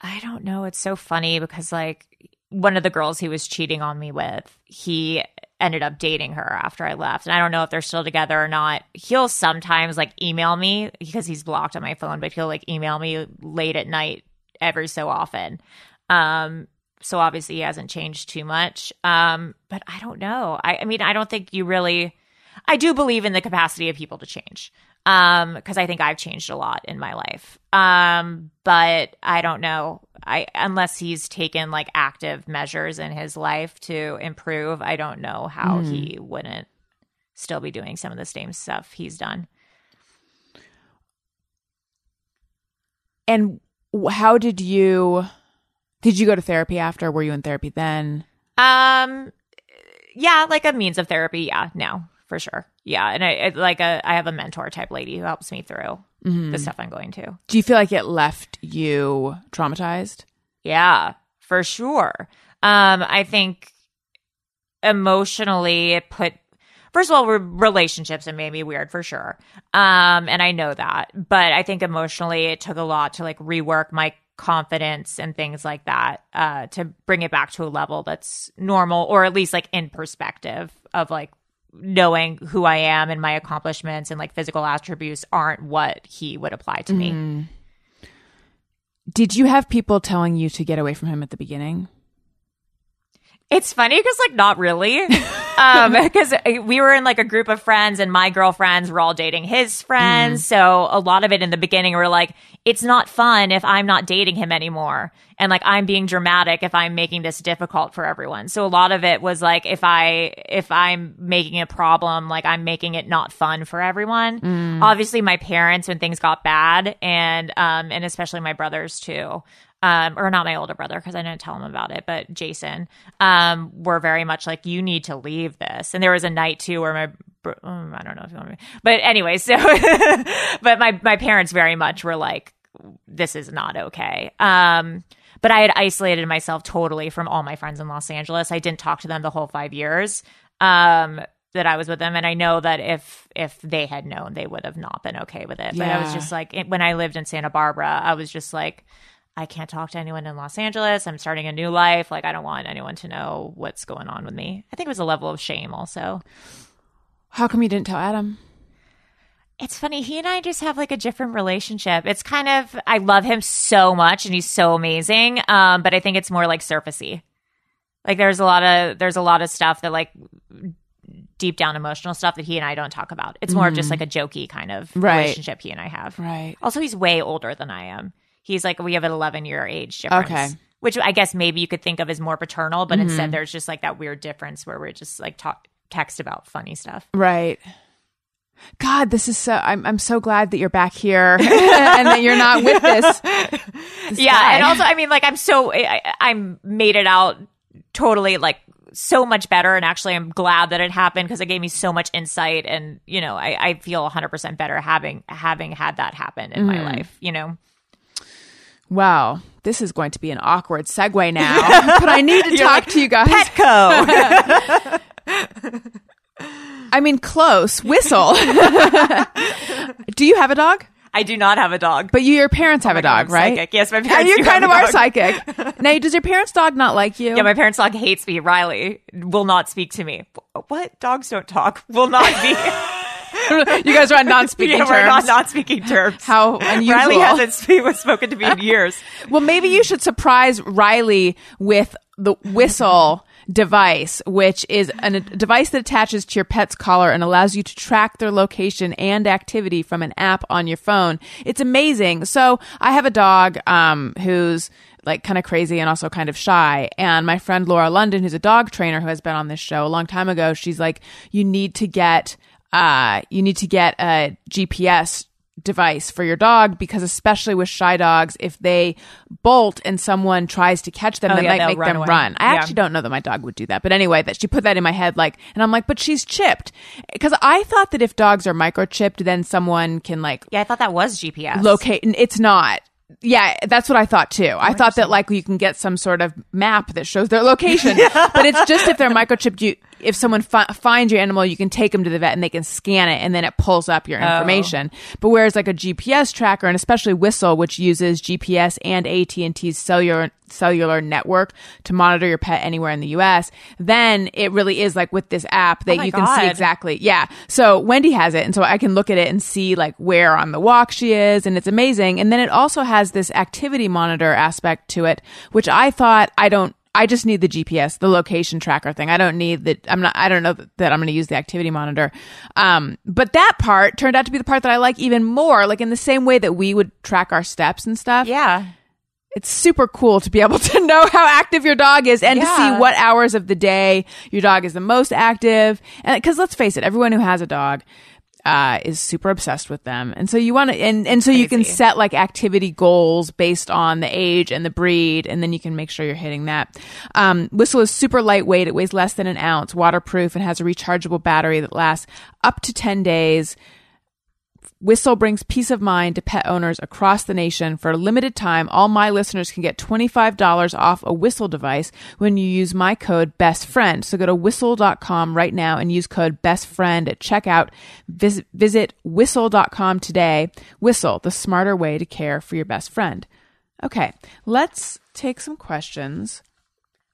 B: I don't know it's so funny because like one of the girls he was cheating on me with he ended up dating her after I left and I don't know if they're still together or not he'll sometimes like email me because he's blocked on my phone but he'll like email me late at night every so often Um, so obviously he hasn't changed too much. Um, but I don't know. I, I mean, I don't think you really. I do believe in the capacity of people to change. Um, because I think I've changed a lot in my life. Um, but I don't know. I unless he's taken like active measures in his life to improve, I don't know how he wouldn't still be doing some of the same stuff he's done.
A: And w- how did you did you go to therapy after? Were you in therapy then?
B: Um, yeah, like a means of therapy. Yeah, no, for sure. Yeah, and I it, like a I have a mentor type lady who helps me through the stuff I'm going to.
A: Do you feel like it left you traumatized?
B: Yeah, for sure. Um, I think emotionally it put first of all, re- relationships it made me weird for sure. Um, and I know that, but I think emotionally it took a lot to like rework my confidence and things like that uh, to bring it back to a level that's normal or at least like in perspective of like knowing who I am and my accomplishments and like physical attributes aren't what he would apply to me.
A: Did you have people telling you to get away from him at the beginning?
B: It's funny because like not really, because we were in like a group of friends and my girlfriends were all dating his friends. So a lot of it in the beginning were like, it's not fun if I'm not dating him anymore, and like I'm being dramatic if I'm making this difficult for everyone. So a lot of it was like if I if I'm making a problem, like I'm making it not fun for everyone. Obviously, my parents when things got bad, and um and especially my brothers too um, or not my older brother because I didn't tell him about it, but Jason, um, were very much like, you need to leave this. And there was a night too where my, br- um, I don't know if you want me, but anyway, so, *laughs* but my, my parents very much were like, this is not okay. Um, but I had isolated myself totally from all my friends in Los Angeles. I didn't talk to them the whole five years. Um, that I was with them, and I know that if if they had known, they would have not been okay with it. But I was
A: Yeah.
B: just just, like it- when I lived in Santa Barbara, I was just like, I can't talk to anyone in Los Angeles. I'm starting a new life. Like, I don't want anyone to know what's going on with me. I think it was a level of shame, also.
A: How come you didn't tell Adam?
B: It's funny. He and I just have like a different relationship. It's kind of, I love him so much and he's so amazing. Um, but I think it's more like surfacey. Like, there's a lot of, there's a lot of stuff that like, deep down emotional stuff that he and I don't talk about. It's more of just like a jokey kind of
A: Mm-hmm. Right.
B: relationship he and I have.
A: Right.
B: Also, he's way older than I am. He's like we have an eleven year age difference.
A: Okay. Mm-hmm.
B: Which I guess maybe you could think of as more paternal, but instead there's just like that weird difference where we're just like talk text about funny stuff.
A: Right. God, this is so. I'm I'm so glad that you're back here *laughs* and that you're not with this. this
B: yeah,
A: guy.
B: and also I mean like I'm so I, I- I'm made it out totally like so much better and actually I'm glad that it happened because it gave me so much insight and you know I, I feel 100% better having having had that happen in
A: Mm.
B: my life, you know.
A: wow, this is going to be an awkward segue
B: *laughs*
A: now, but I need to talk to you guys.
B: Petco.
A: I mean, close
B: *laughs*
A: whistle. *laughs* Do you have a dog?
B: *laughs* I do not have a dog.
A: But you, your parents have *laughs* a
B: Oh God,
A: dog,
B: I'm
A: right?
B: psychic. Yes, my
A: And
B: parents
A: you
B: do
A: kind of
B: have a
A: are
B: dog. *laughs*
A: psychic. Now, does your parents' dog not like you? *laughs*
B: Yeah, my parents' dog hates me. Riley will not speak to me. Wh- What? Dogs don't talk. Will not
A: *laughs*
B: be.
A: you guys are on non-speaking
B: *laughs* yeah,
A: terms.
B: we're on non-speaking terms.
A: How unusual.
B: Riley hasn't sp- *laughs* spoken to me
A: *laughs*
B: in years.
A: Well, maybe you should surprise Riley with the whistle device, which is an, a device that attaches to your pet's collar and allows you to track their location and activity from an app on your phone. It's amazing. So I have a dog um, who's like kind of crazy and also kind of shy. And my friend Laura London, who's a dog trainer who has been on this show a long time ago, she's like, you need to get uh, you need to get a GPS device for your dog because especially with shy dogs if they bolt and someone tries to catch them that
B: Oh, yeah,
A: might
B: they'll
A: make
B: run
A: them
B: away.
A: run i
B: Yeah.
A: actually don't know that my dog would do that but anyway that she put that in my head like and i'm like but she's chipped because i thought that if dogs are microchipped then someone can like
B: Yeah, I thought that was GPS.
A: locate and it's not yeah that's what i thought too i thought that like you can get some sort of map that shows their
B: *laughs*
A: location but it's just if they're microchipped you if someone fi- finds your animal you can take them to the vet and they can scan it and then it pulls up
B: Oh.
A: your information but whereas like a gps tracker and especially whistle which uses gps and at&t's cellular cellular network to monitor your pet anywhere in the us then it really is like with this app that
B: Oh my
A: you can see
B: God.
A: exactly Exactly. Yeah. So Wendy has it. And so I can look at it and see like where on the walk she is. And it's amazing. And then it also has this activity monitor aspect to it, which I thought I don't, I just need the GPS, the location tracker thing. I don't need that. I'm not, I don't know that, that I'm going to use the activity monitor. Um, but that part turned out to be the part that I like even more, like in the same way that we would track our steps and stuff.
B: Yeah.
A: It's super cool to be able to *laughs* know how active your dog is and to
B: Yeah.
A: see what hours of the day your dog is the most active. And because let's face it, everyone who has a dog uh, is super obsessed with them, and so you want to, and and so you can set like activity goals based on the age and the breed, and then you can make sure you're hitting that. Um, Whistle is super lightweight; it weighs less than an ounce, waterproof, and has a rechargeable battery that lasts up to ten days Whistle brings peace of mind to pet owners across the nation. For a limited time, all my listeners can get $25 off a Whistle device when you use my code BESTFRIEND. So go to whistle.com right now and use code BESTFRIEND at checkout. Visit, visit whistle.com today. Whistle, the smarter way to care for your best friend. Okay, let's take some questions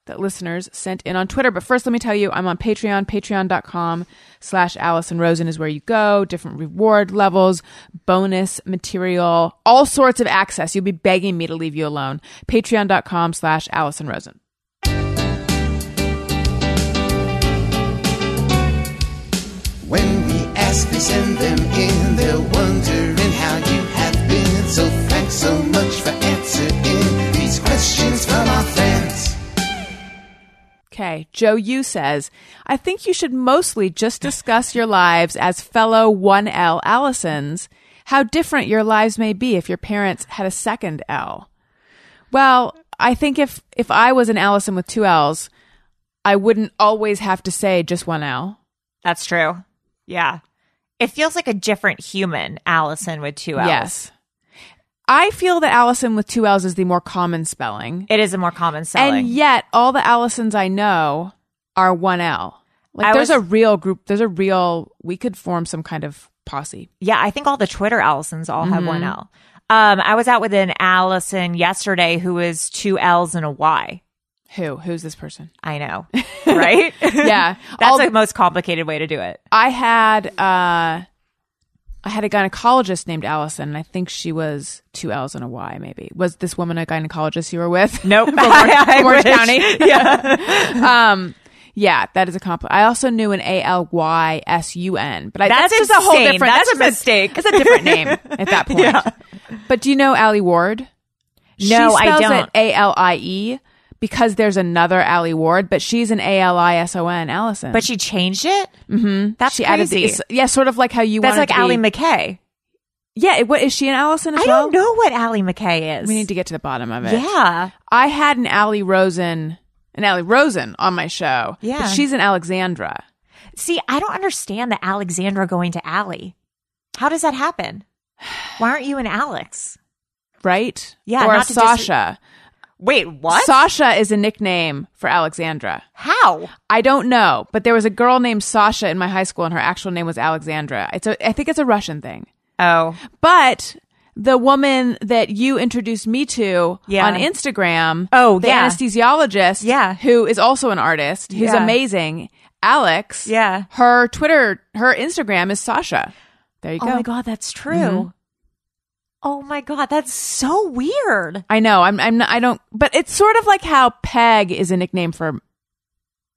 A: that listeners sent in on Twitter. But first, let me tell you, I'm on Patreon. Patreon.com slash Allison Rosen is where you go. Different reward levels, bonus material, all sorts of access. You'll be begging me to leave you alone. Patreon.com slash Allison Rosen.
D: When we ask, they send them in. They're wondering how you have been. So thanks so much for answering these questions from our fans.
A: Okay, Joe Yu says, I think you should mostly just discuss your lives as fellow 1L Allisons, how different your lives may be if your parents had a second L. Well, I think if, if I was an Allison with two L's, I wouldn't always have to say just one L.
B: That's true. Yeah. It feels like a different human, Allison with two L's.
A: Yes. I feel that Allison with two L's is the more common spelling.
B: It is a more common selling.
A: And yet, all the Allisons I know are one L. Like,
B: I
A: there's
B: was-
A: a real group. There's a real. We could form some kind of posse.
B: yeah, I think all the Twitter Allisons all have
A: Mm-hmm.
B: one L. Um, I was out with an Allison yesterday who is two L's and a Y.
A: Who? Who's this
B: *laughs*
A: person? *laughs*
B: I know, right?
A: Yeah,
B: *laughs* That's
A: All-
B: the most complicated way to
A: *laughs*
B: do it.
A: I had. uh I had a gynecologist named Allison, and I think she was two L's and a Y. Maybe was this woman a gynecologist you were with?
B: *laughs* Nope.
A: From Orange,
B: I
A: from Orange
B: wish. *laughs*
A: County. Yeah. um. Yeah, that is a compli I also knew an A L Y S U N, but I, that's,
B: That's
A: just a whole
B: insane.
A: different.
B: That's a
A: just
B: mistake.
A: It's a *laughs* different name at
B: *laughs*
A: that point. But do you know Allie Ward?
B: No, I
A: she spells
B: don't.
A: it A L I E because there's another Allie Ward, but she's an A L I S O N Allison.
B: But she changed it. Mm-hmm. That's
A: she
B: crazy.
A: added the it's- yeah, sort of like how you
B: That's
A: wanted
B: like
A: to be-
B: Allie McKay.
A: Yeah, it- what is she an Allison as
B: I
A: well?
B: don't know what Allie McKay is.
A: We need to get to the bottom of it.
B: Yeah.
A: I had an Allie Rosen, an Allie Rosen on my show.
B: Yeah.
A: but she's an Alexandra.
B: See, I don't understand the Alexandra going to Allie. How does that happen? Why aren't you an Alex?
A: right?
B: Yeah,
A: or a
B: not to dis-
A: Sasha.
B: Wait, what?
A: Sasha is a nickname for Alexandra.
B: How?
A: I don't know, but there was a girl named Sasha in my high school, and her actual name was Alexandra. It's a, I think it's a Russian thing.
B: Oh,
A: But the woman that you introduced me to
B: Yeah.
A: on Instagram,
B: Oh,
A: the
B: yeah.
A: anesthesiologist,
B: Yeah.
A: who is also an artist, who's
B: Yeah.
A: amazing, Alex.
B: Yeah.
A: her Twitter, her Instagram is Sasha. There you
B: oh
A: go.
B: my god, that's true. Oh my god, that's so weird.
A: I know. I'm. I'm. Not, I don't. But it's sort of like how Peg is a nickname for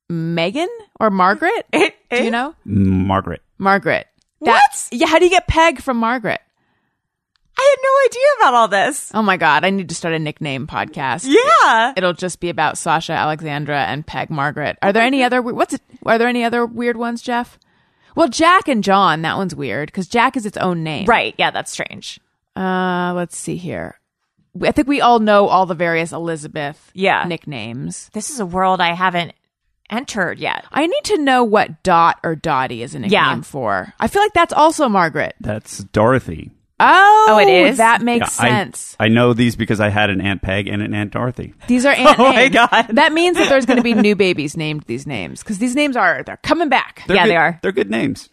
A: Megan or
B: *laughs*
A: Margaret. Do you know
C: Margaret.
A: Margaret?
B: What?
A: Yeah. How do you get Peg from Margaret?
B: I had no idea about all this.
A: Oh my God! I need to start a nickname podcast.
B: Yeah.
A: It'll just be about Sasha Alexandra and Peg Margaret. Are there any other? we- What's? Are there any other weird ones, Jeff? Well, Jack and John. That one's weird because Jack is its own name.
B: Right. Yeah, that's strange.
A: Uh, let's see here. I think we all know all the various Elizabeth
B: Yeah.
A: nicknames.
B: This is a world I haven't entered yet.
A: I need to know what Dot or Dottie is a nickname
B: Yeah.
A: for. I feel like that's also Margaret.
C: That's Dorothy.
A: Oh,
B: Oh, it is?
A: That makes
C: Yeah, I- *laughs*
A: sense.
C: I, know these because I had an Aunt Peg and an Aunt Dorothy.
A: These are aunt
B: Oh my
A: names.
B: God.
A: That means that there's going to be new babies named these names because these names are they're coming back.
C: They're
B: Yeah,
C: good-
B: they are.
C: They're good names.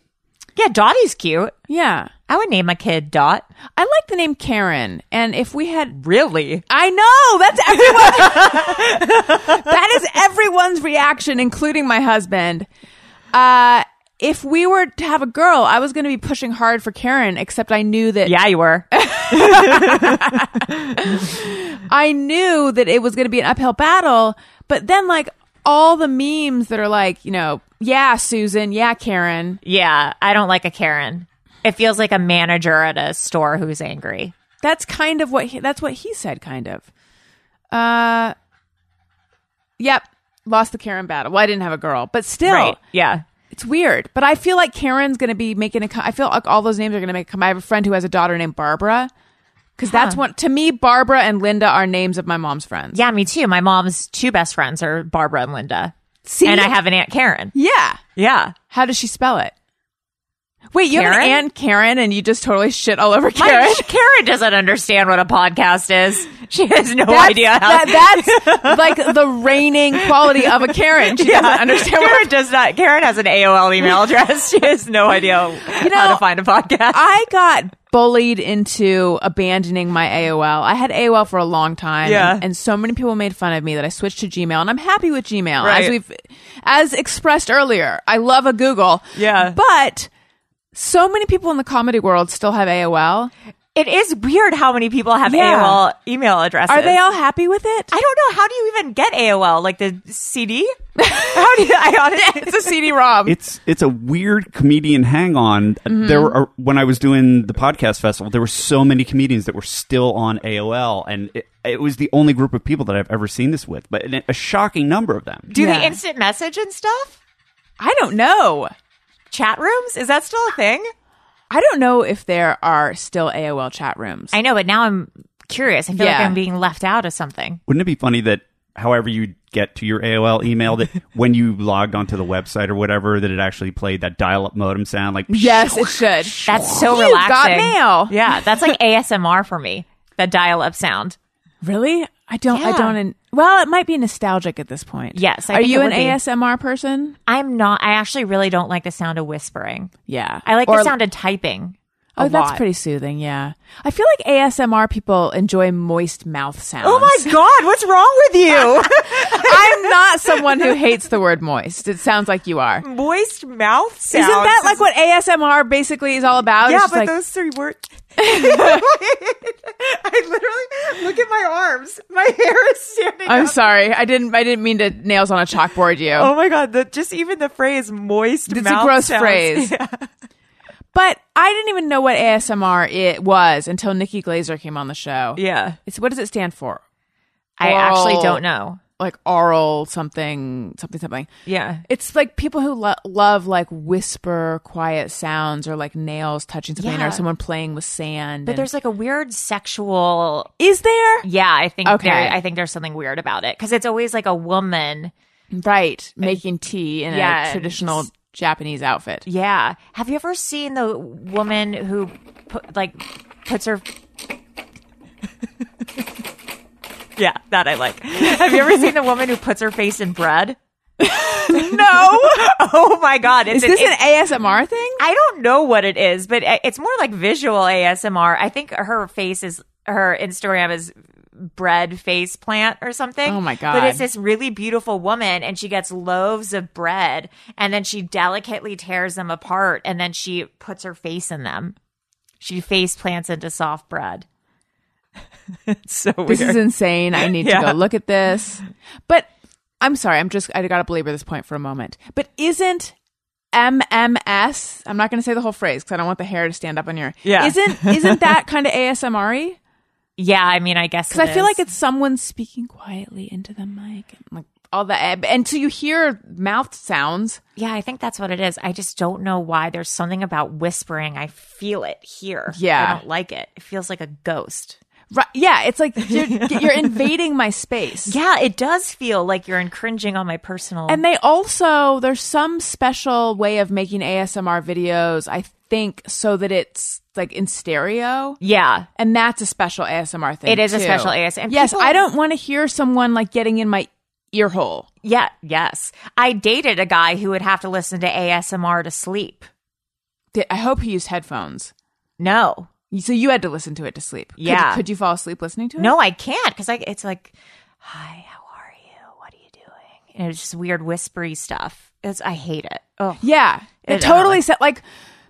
B: Yeah, Dottie's cute.
A: yeah,
B: I would name my kid Dot.
A: I like the name Karen, and if we had.
B: Really?
A: I know that's everyone. *laughs* that is everyone's reaction, including my husband. Uh, if we were to have a girl, I was going to be pushing hard for Karen, except I knew that
B: Yeah, you were.
A: I knew that it was going to be an uphill battle, but then like all the memes that are like, you know, yeah, Susan, yeah, Karen.
B: yeah, I don't like a Karen. It feels like a manager at a store who's angry.
A: That's kind of what he, that's what he said kind of. Uh Yep, lost the Karen battle. Well, I didn't have a girl, but still
B: Yeah.
A: it's weird. But I feel like Karen's going to be making a co- I feel like all those names are going to make a come. I have a friend who has a daughter named Barbara. Cuz that's one to me Barbara and Linda are names of my mom's friends.
B: Yeah, me too. My mom's two best friends are Barbara and Linda.
A: See?
B: And I have an Aunt Karen.
A: Yeah.
B: Yeah.
A: How does she spell it? Wait, you have
B: Karen?
A: an aunt Karen, and you just totally shit all over
B: My- *laughs*
A: Karen.
B: Karen doesn't understand what a podcast is. She has no
A: That's-
B: idea how.
A: that-
B: *laughs*
A: that's like the reigning quality of a Karen. She doesn't understand
B: *laughs*
A: what a
B: Karen does not. Karen has an AOL *laughs* email address. She has no idea how
A: know,
B: to find a podcast.
A: I got bullied into abandoning my AOL. I had AOL for a long time,
B: Yeah.
A: and, and so many people made fun of me that I switched to Gmail, and I'm happy with Gmail. As
B: Right.
A: we've, as expressed earlier, I love a Google.
B: Yeah.
A: but so many people in the comedy world still have AOL.
B: it is weird how many people have
A: Yeah.
B: AOL email addresses.
A: Are they all happy with it?
B: I don't know. How do you even get AOL? Like the CD? How do you? I *laughs* honestly,
A: It's a CD-ROM.
C: It's it's a weird comedian hang on.
B: Mm-hmm.
C: There were when I was doing the podcast festival, there were so many comedians that were still on AOL, and it, it was the only group of people that I've ever seen this with, but and a shocking number of them.
B: do
A: Yeah.
B: the instant message and stuff?
A: I don't know.
B: Chat rooms? Is that still a thing?
A: I don't know if there are still AOL chat rooms.
B: I know, but now I'm curious. I feel
A: Yeah.
B: like I'm being left out of something.
C: Wouldn't it be funny that however you get to your AOL
B: *laughs*
C: email that when you logged onto the website or whatever that it actually played that dial-up modem sound like
A: yes, it should.
B: *laughs* That's so
A: You got
B: relaxing.
A: mail.
B: Yeah, that's like ASMR for me. That dial-up sound.
A: Really? I don't. I
B: Yeah.
A: don't. In, well, it might be nostalgic at this point.
B: Yes, I
A: Are
B: think it
A: you an
B: would be.
A: ASMR person?
B: I'm not. I actually really don't like the sound of whispering.
A: Yeah,
B: I like
A: Or-
B: the sound of typing. a
A: Oh, that's
B: lot.
A: pretty soothing. Yeah, I feel like ASMR people enjoy moist mouth sounds.
B: Oh my god, what's wrong with you?
A: *laughs* I'm not someone who hates the word moist. It sounds like you are.
B: Moist mouth sounds.
A: Isn't that like what ASMR basically is all about? It's
B: Yeah,
A: just
B: but
A: like,
B: those three words. *laughs* I literally look at my arms. My *laughs* hair is standing.
A: I'm
B: up.
A: sorry, I didn't. I didn't mean to nails on a chalkboard you.
B: Oh my god! The, just even the phrase "moist
A: It's
B: mouth."
A: a gross
B: sounds-
A: *laughs* phrase. But I didn't even know what ASMR it was until Nikki Glazer came on the show.
B: Yeah,
A: It's what does it stand for?
B: I actually
A: Oral-
B: don't know.
A: Like oral something, something, something.
B: Yeah,
A: It's like people who lo- love like whisper, quiet sounds, or like nails touching something,
B: Yeah.
A: or someone playing with sand.
B: but
A: and-
B: there's like a weird sexual.
A: is there
B: Yeah, I think
A: Okay.
B: there, I think there's something weird about it because it's always like a woman.
A: right making tea in a
B: Yeah, and
A: traditional Japanese outfit?
B: Yeah. Have you ever seen the woman who put, like puts her *laughs* Yeah, that I like. Have you ever seen the woman who puts her face in bread?
A: *laughs*
B: no. *laughs* Oh my god,
A: Is this
B: it's an,
A: an ASMR thing?
B: I don't know what it is, but I- it's more like visual ASMR. I think her face is her Instagram is bread face plant or something.
A: Oh my God.
B: But it's this really beautiful woman and she gets loaves of bread and then she delicately tears them apart and then she puts her face in them. She face plants into soft bread. it's so weird.
A: This is insane. I need to go
B: Yeah.
A: look at this. But I'm sorry. I'm just, I got to belabor this point for a moment. But isn't MMS, I'm not going to say the whole phrase because I don't want the hair to stand up on your,
B: Yeah.
A: Isn't, isn't
B: *laughs*
A: that kind of ASMR y?
B: yeah, I mean, I guess
A: Because I feel
B: is.
A: like it's someone speaking quietly into the mic. and, Like, all the and so you hear mouth sounds.
B: yeah, I think that's what it is. I just don't know why. There's something about whispering. I feel it here.
A: Yeah.
B: I don't like it. It feels like a ghost.
A: Right? Yeah, it's like
B: *laughs*
A: you're, you're invading my space.
B: Yeah, it does feel like you're encroaching on my personal.
A: And they also there's some special way of making ASMR videos, I think, so that it's like in stereo.
B: yeah,
A: And that's a special ASMR thing.
B: It is a
A: too.
B: special ASMR.
A: Yes,
B: People-
A: I don't want to hear someone like getting in my ear hole.
B: yeah, yes. I dated a guy who would have to listen to ASMR to sleep.
A: Th- I hope he used headphones.
B: No,
A: So you had to listen to it to sleep. Could-
B: Yeah.
A: Could, you fall asleep listening to it?
B: no, I can't because I. It's like, hi, how are you? What are you doing? And it's just weird whispery stuff. It's I hate it. Oh,
A: Yeah. It,
B: It-
A: totally
B: uh,
A: said like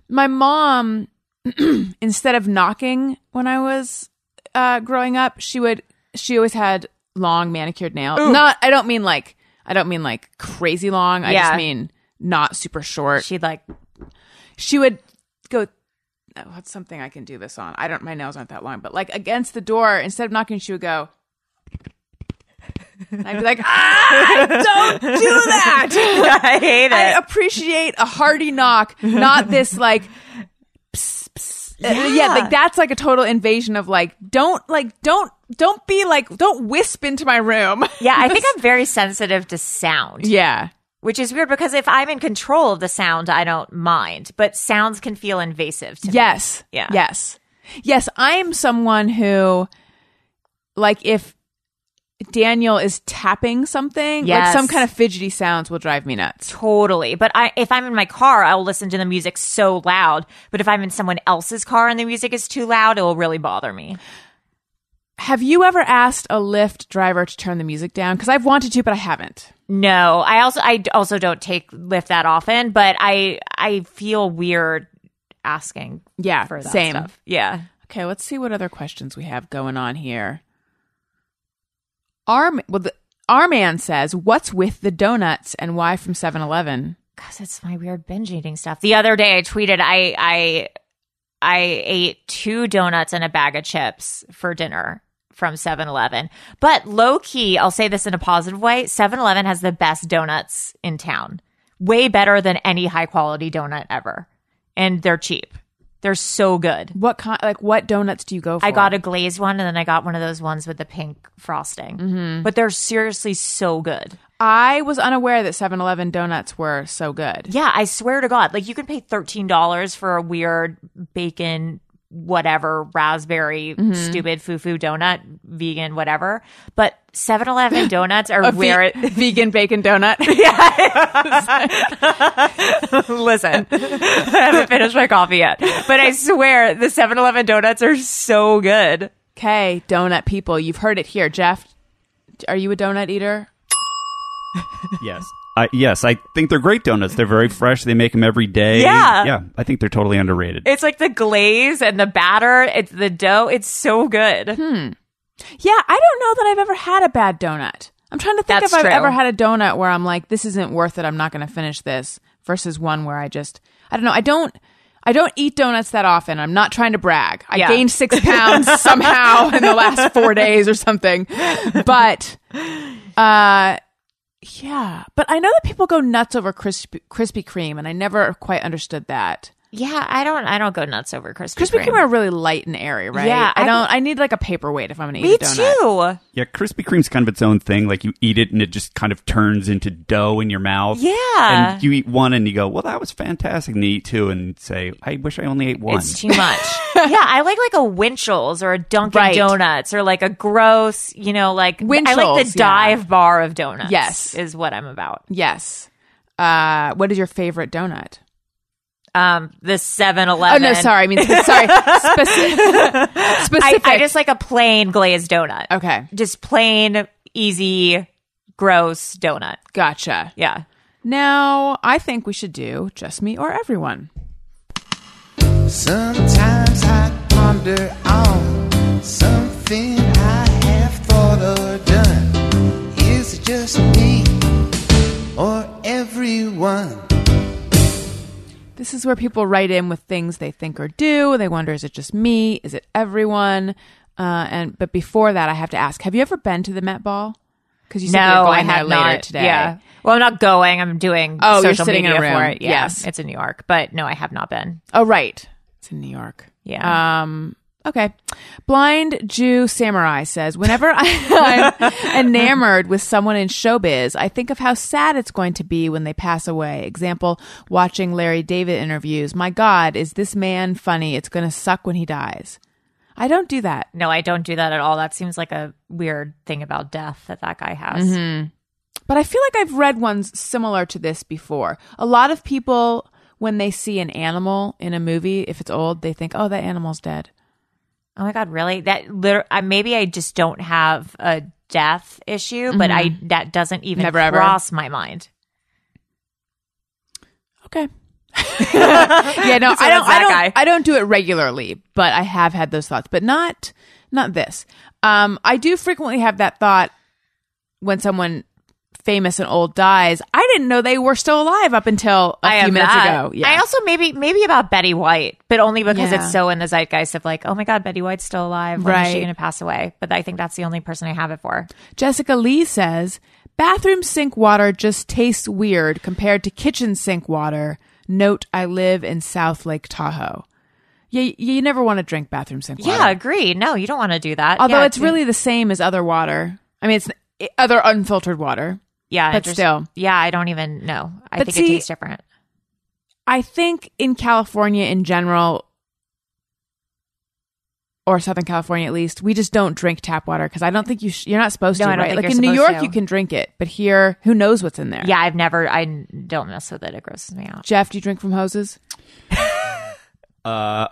A: my mom *clears throat* instead of knocking when I was uh growing up, she would she always had long manicured nails. Not I don't mean like I don't mean like crazy long. I just
B: Yeah.
A: mean not super short. She,
B: she'd like. *laughs*
A: would go oh, what's something I can do this on? I don't my nails aren't that long, but like against the door, instead of knocking, she would go *laughs* and I'd be like, ah, don't do that.
B: I hate it.
A: I appreciate a hearty knock, not
B: *laughs*
A: this like. Pss, pss. Uh, Yeah.
B: Yeah.
A: like that's like a total invasion of like don't like don't don't be like don't wisp into my room.
B: yeah, I think I'm very sensitive to
A: *laughs*
B: sound.
A: yeah.
B: which is weird because if I'm in control of the sound, I don't mind, but sounds can feel invasive to me.
A: Yes.
B: Yeah.
A: Yes. Yes. I am someone who, like, if Daniel is tapping something,
B: Yes.
A: like some kind of fidgety sounds will drive me nuts.
B: Totally. But I, if I'm in my car, I will listen to the music so loud. But if I'm in someone else's car and the music is too loud, it will really bother me.
A: Have you ever asked a Lyft driver to turn the music down? Because I've wanted to, but I haven't.
B: No, I also I d- also don't take Lyft that often, but I I feel weird asking
A: Yeah.
B: for that
A: same.
B: stuff. Yeah.
A: Okay. Let's see what other questions we have going on here. Arm. Well, the, our man says, "What's with the donuts and why from 7-Eleven?
B: Cuz it's my weird binge eating stuff. The other day I tweeted I I I ate two donuts and a bag of chips for dinner from 7-Eleven. But low key, I'll say this in a positive way, 7-Eleven has the best donuts in town. Way better than any high quality donut ever. And they're cheap. They're so good.
A: What kind? Like, what donuts do you go for?
B: I got a glazed one and then I got one of those ones with the pink frosting. But they're seriously so good.
A: I was unaware that 7-Eleven donuts were so good.
B: Yeah, I swear to God. Like you can pay $13 for a weird bacon, whatever, raspberry,
A: Mm-hmm.
B: stupid foo foo donut, vegan, whatever. But 7
A: *laughs*
B: Eleven donuts are
A: Ve- *laughs*
B: where it.
A: vegan bacon donut.
B: *laughs* Listen, *laughs* I haven't finished my coffee yet. But I swear the 7 Eleven donuts are so good.
A: Okay, donut people, you've heard it here. Jeff, are you a donut eater?
C: Yes. I, yes, I think they're great donuts. They're very fresh. They make them every day.
B: Yeah.
C: yeah. I think they're totally underrated.
B: It's like the glaze and the batter, it's the dough. It's so good.
A: Hmm. Yeah, I don't know that I've ever had a bad donut. I'm trying to think
B: That's
A: if I've
B: true.
A: ever had a donut where I'm like, this isn't worth it. I'm not going to finish this. Versus one where I just, I don't know. I don't, I don't eat donuts that often. I'm not trying to brag. I
B: Yeah.
A: gained
B: *laughs*
A: six pounds somehow in the last four days or something. But, uh, yeah. But I know that people go nuts over crispy Krispy Kreme, and I never quite understood that.
B: Yeah, I don't. I don't go nuts over Krispy
A: Krispy Kreme
B: Kreme.
A: are really light and airy, right?
B: Yeah,
A: I
B: I-
A: don't. I need like a paperweight if I'm going to
B: Me
A: eat a donut.
B: too.
C: yeah, Krispy Kreme's kind of its own thing. Like you eat it and it just kind of turns into dough in your mouth.
B: Yeah.
C: And you eat one and you go, well, that was fantastic. And you eat two and say, I wish I only ate one.
B: It's too much. yeah, I like like a Winchell's or a Dunkin'
A: Right.
B: Donuts or like a gross, you know, like I like
A: Winchell's,
B: the
A: yeah.
B: dive bar of donuts.
A: Yes.
B: is what I'm about.
A: Yes. Uh, what is your favorite donut?
B: Um, the Seven
A: Oh
B: Eleven.
A: no, sorry. I mean, spe-
B: *laughs*
A: sorry. Speci-
B: I,
A: specific.
B: I just like a plain glazed donut.
A: okay.
B: Just plain, easy, gross donut.
A: Gotcha.
B: Yeah.
A: Now I think we should do just me or everyone.
D: Sometimes I ponder on something I have thought or done. Is it just me or everyone?
A: This is where people write in with things they think or do. They wonder, is it just me? Is it everyone? Uh, and but before that, I have to ask: Have you ever been to the Met Ball? Because you said you're
B: no, I
A: going
B: have
A: there
B: not.
A: later today.
B: Yeah. Well, I'm not going. I'm doing
A: Oh, you're
B: social
A: sitting in
B: media
A: a
B: for
A: room.
B: it. Yeah,
A: Yes.
B: It's in New York, but no, I have not been.
A: Oh, right. It's in New York.
B: Yeah.
A: Um. Okay. Blind Jew Samurai says, "Whenever *laughs* I, I'm enamored with someone in showbiz, I think of how sad it's going to be when they pass away. Example: watching Larry David interviews. My God, is this man funny? It's going to suck when he dies. I don't do that.
B: No, I don't do that at all. That seems like a weird thing about death that that guy has.
A: Mm-hmm. But I feel like I've read ones similar to this before. A lot of people, when they see an animal in a movie, if it's old, they think, oh, that animal's dead.
B: Oh my god, really? That liter- I, maybe I just don't have a death issue, but I that doesn't even
A: Mm-hmm. Never, ever.
B: cross my mind.
A: Okay. *laughs* yeah, no,
B: So
A: I don't.
B: that's that
A: I don't.
B: guy.
A: I don't do it regularly, but I have had those thoughts, but not not this. Um, I do frequently have that thought when someone famous and old dies. I didn't know they were still alive up until a
B: I
A: few
B: am
A: minutes
B: not.
A: ago. Yeah,
B: I also maybe maybe about Betty White, but only because
A: Yeah.
B: it's so in the zeitgeist of like, oh my god, Betty White's still alive. When is she
A: Right.
B: going to pass away? But I think that's the only person I have it for.
A: Jessica Lee says bathroom sink water just tastes weird compared to kitchen sink water. Note: I live in South Lake Tahoe. Yeah, you, you never want to drink bathroom sink water.
B: Yeah, agree. No, you don't want to do that.
A: Although
B: Yeah,
A: it's really the same as other water. I mean, it's other unfiltered water.
B: Yeah, it
A: But
B: just-
A: still.
B: yeah, I don't even know. I
A: But
B: think
A: see-
B: it tastes different.
A: I think in California in general, or Southern California at least, we just don't drink tap water because I don't think you sh- you're not supposed
B: No,
A: to.
B: I don't
A: right?
B: think
A: like
B: you're
A: in New
B: supposed
A: York,
B: to.
A: you can drink it, but here, who knows what's in there?
B: Yeah, I've never. I n- don't mess with it. It grosses me out.
A: Jeff, do you drink from hoses?
C: Uh,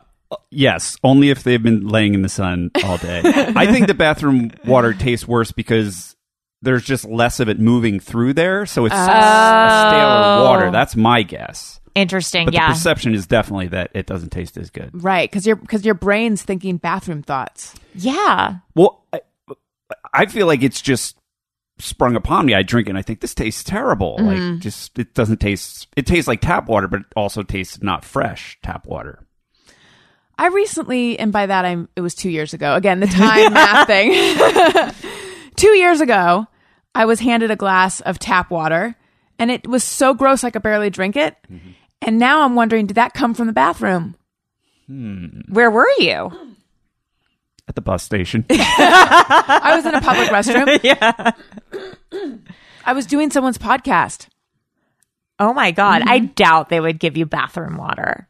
C: yes, only if they've been laying in the sun all day. I think the bathroom water tastes worse because there's just less of it moving through there, so it's s- staler water. That's my guess.
B: Interesting.
C: But
B: yeah.
C: the perception is definitely that it doesn't taste as good.
A: Right, because your because your brain's thinking bathroom thoughts.
B: yeah.
C: Well, I, I feel like it's just sprung upon me. I drink it and I think this tastes terrible. Like just it doesn't taste it tastes like tap water, but it also tastes not fresh tap water.
A: I recently, and by that I'm it was two years ago. Again,
C: *laughs*
A: the time math thing. *laughs* two years ago, I was handed a glass of tap water, and it was so gross I could barely drink it.
C: Mm-hmm.
A: And now I'm wondering, did that come from the bathroom?
B: Where were you?
C: At the bus station.
A: I was in a
C: *laughs*
A: public restroom. yeah, I was doing someone's podcast,
B: Oh my god. I doubt they would give you bathroom water.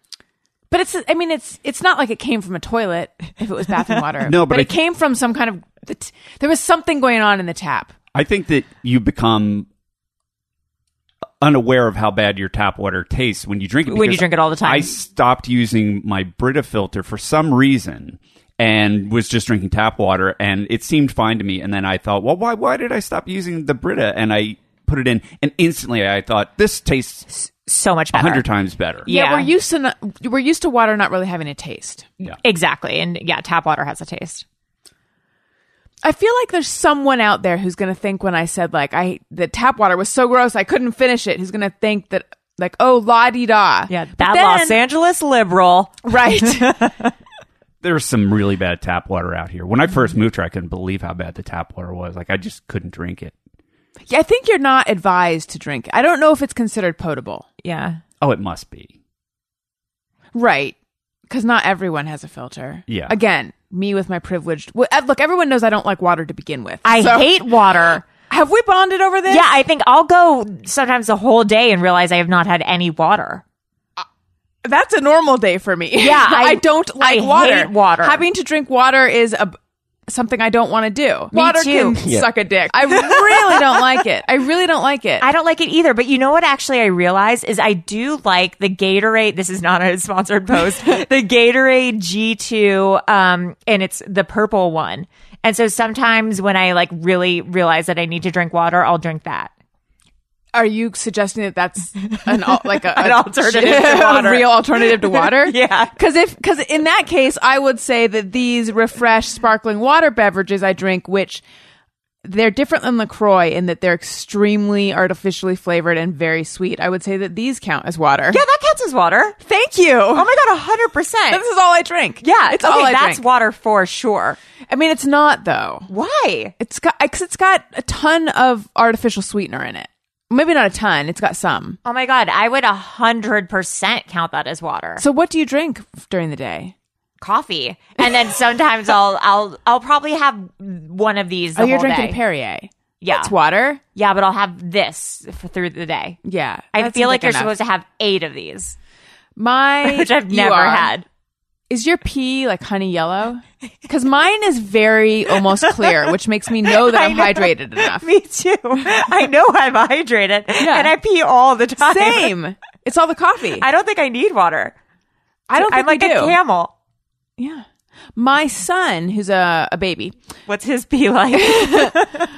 A: but it's I mean it's it's not like it came from a toilet if it was bathroom water.
C: *laughs* No, but I
A: it
C: th-
A: came from some kind of the t- there was something going on in the tap.
C: I think that you become unaware of how bad your tap water tastes when you drink it.
B: When you
C: because
B: drink it all the time.
C: I stopped using my Brita filter for some reason and was just drinking tap water, and it seemed fine to me. And then I thought, well, why why did I stop using the Brita? And I put it in, and instantly I thought this tastes
B: So much
C: a
B: better.
C: hundred times better.
A: Yeah,
B: Yeah.
A: we're used to not, we're used to water not really having a taste.
B: Exactly. And yeah, tap water has a taste.
A: I feel like there's someone out there who's going to think when I said like I the tap water was so gross I couldn't finish it. Who's going to think that like oh la di da
B: Yeah,
A: But
B: that
A: then-
B: Los Angeles liberal.
A: *laughs*
B: *laughs*
A: right.
C: There's some really bad tap water out here. When I first moved here, I couldn't believe how bad the tap water was. Like I just couldn't drink it.
A: yeah, I think you're not advised to drink. I don't know if it's considered potable.
B: Yeah.
C: Oh, it must be.
A: Right. Because not everyone has a filter.
C: Yeah.
A: Again, me with my privileged. Well, uh, look, everyone knows I don't like water to begin with.
B: I
A: So-
B: hate water.
A: Have we bonded over this?
B: Yeah, I think I'll go sometimes a whole day and realize I have not had any water.
A: that's a normal day for me.
B: Yeah,
A: *laughs* I,
B: I-
A: don't like
B: I
A: water.
B: hate water.
A: Having to drink water is a something I don't want to do.
B: Me
A: water
B: too.
A: can suck a dick. I really don't like it. I really don't like it.
B: I don't like it either. But you know what? Actually, I realize is I do like the Gatorade. This is not a sponsored post. the Gatorade G2, um, and it's the purple one. And so sometimes when I like really realize that I need to drink water, I'll drink that.
A: Are you suggesting that that's an al- like a,
B: *laughs* An
A: a-
B: alternative to
A: *laughs*
B: water.
A: a real alternative to water?
B: *laughs* Yeah.
A: Because if because in that case, I would say that these refresh sparkling water beverages I drink, which they're different than Lacroix in that they're extremely artificially flavored and very sweet. I would say that these count as water.
B: Yeah, that counts as water.
A: Thank you.
B: Oh my god, hundred percent.
A: This is all I drink.
B: Yeah,
A: it's
B: okay,
A: all I
B: that's
A: drink.
B: water for sure.
A: I mean, it's not though.
B: Why?
A: It's got it it's got a ton of artificial sweetener in it. Maybe not a ton. It's got some.
B: Oh my god, I would hundred percent count that as water.
A: So, what do you drink during the day?
B: coffee, and then sometimes I'll I'll I'll probably have one of these. The
A: oh, you're
B: whole
A: drinking
B: day.
A: Perrier.
B: Yeah,
A: It's water.
B: yeah, but I'll have this f through the day.
A: Yeah,
B: I
A: that
B: feel
A: seems
B: like you're
A: enough.
B: supposed to have eight of these,
A: My
B: *laughs* which I've
A: you
B: never
A: are.
B: had.
A: Is your pee like honey yellow? Because mine is very almost clear, which makes me know
B: *laughs*
A: that I'm hydrated enough.
B: *laughs* Me too. I know I'm hydrated, and I pee all the time.
A: Same. It's all the coffee.
B: I don't think I need water.
A: I don't. Think
B: I'm like
A: we
B: a
A: do.
B: camel.
A: Yeah. My son, who's a, a baby,
B: What's his pee like? *laughs*
A: I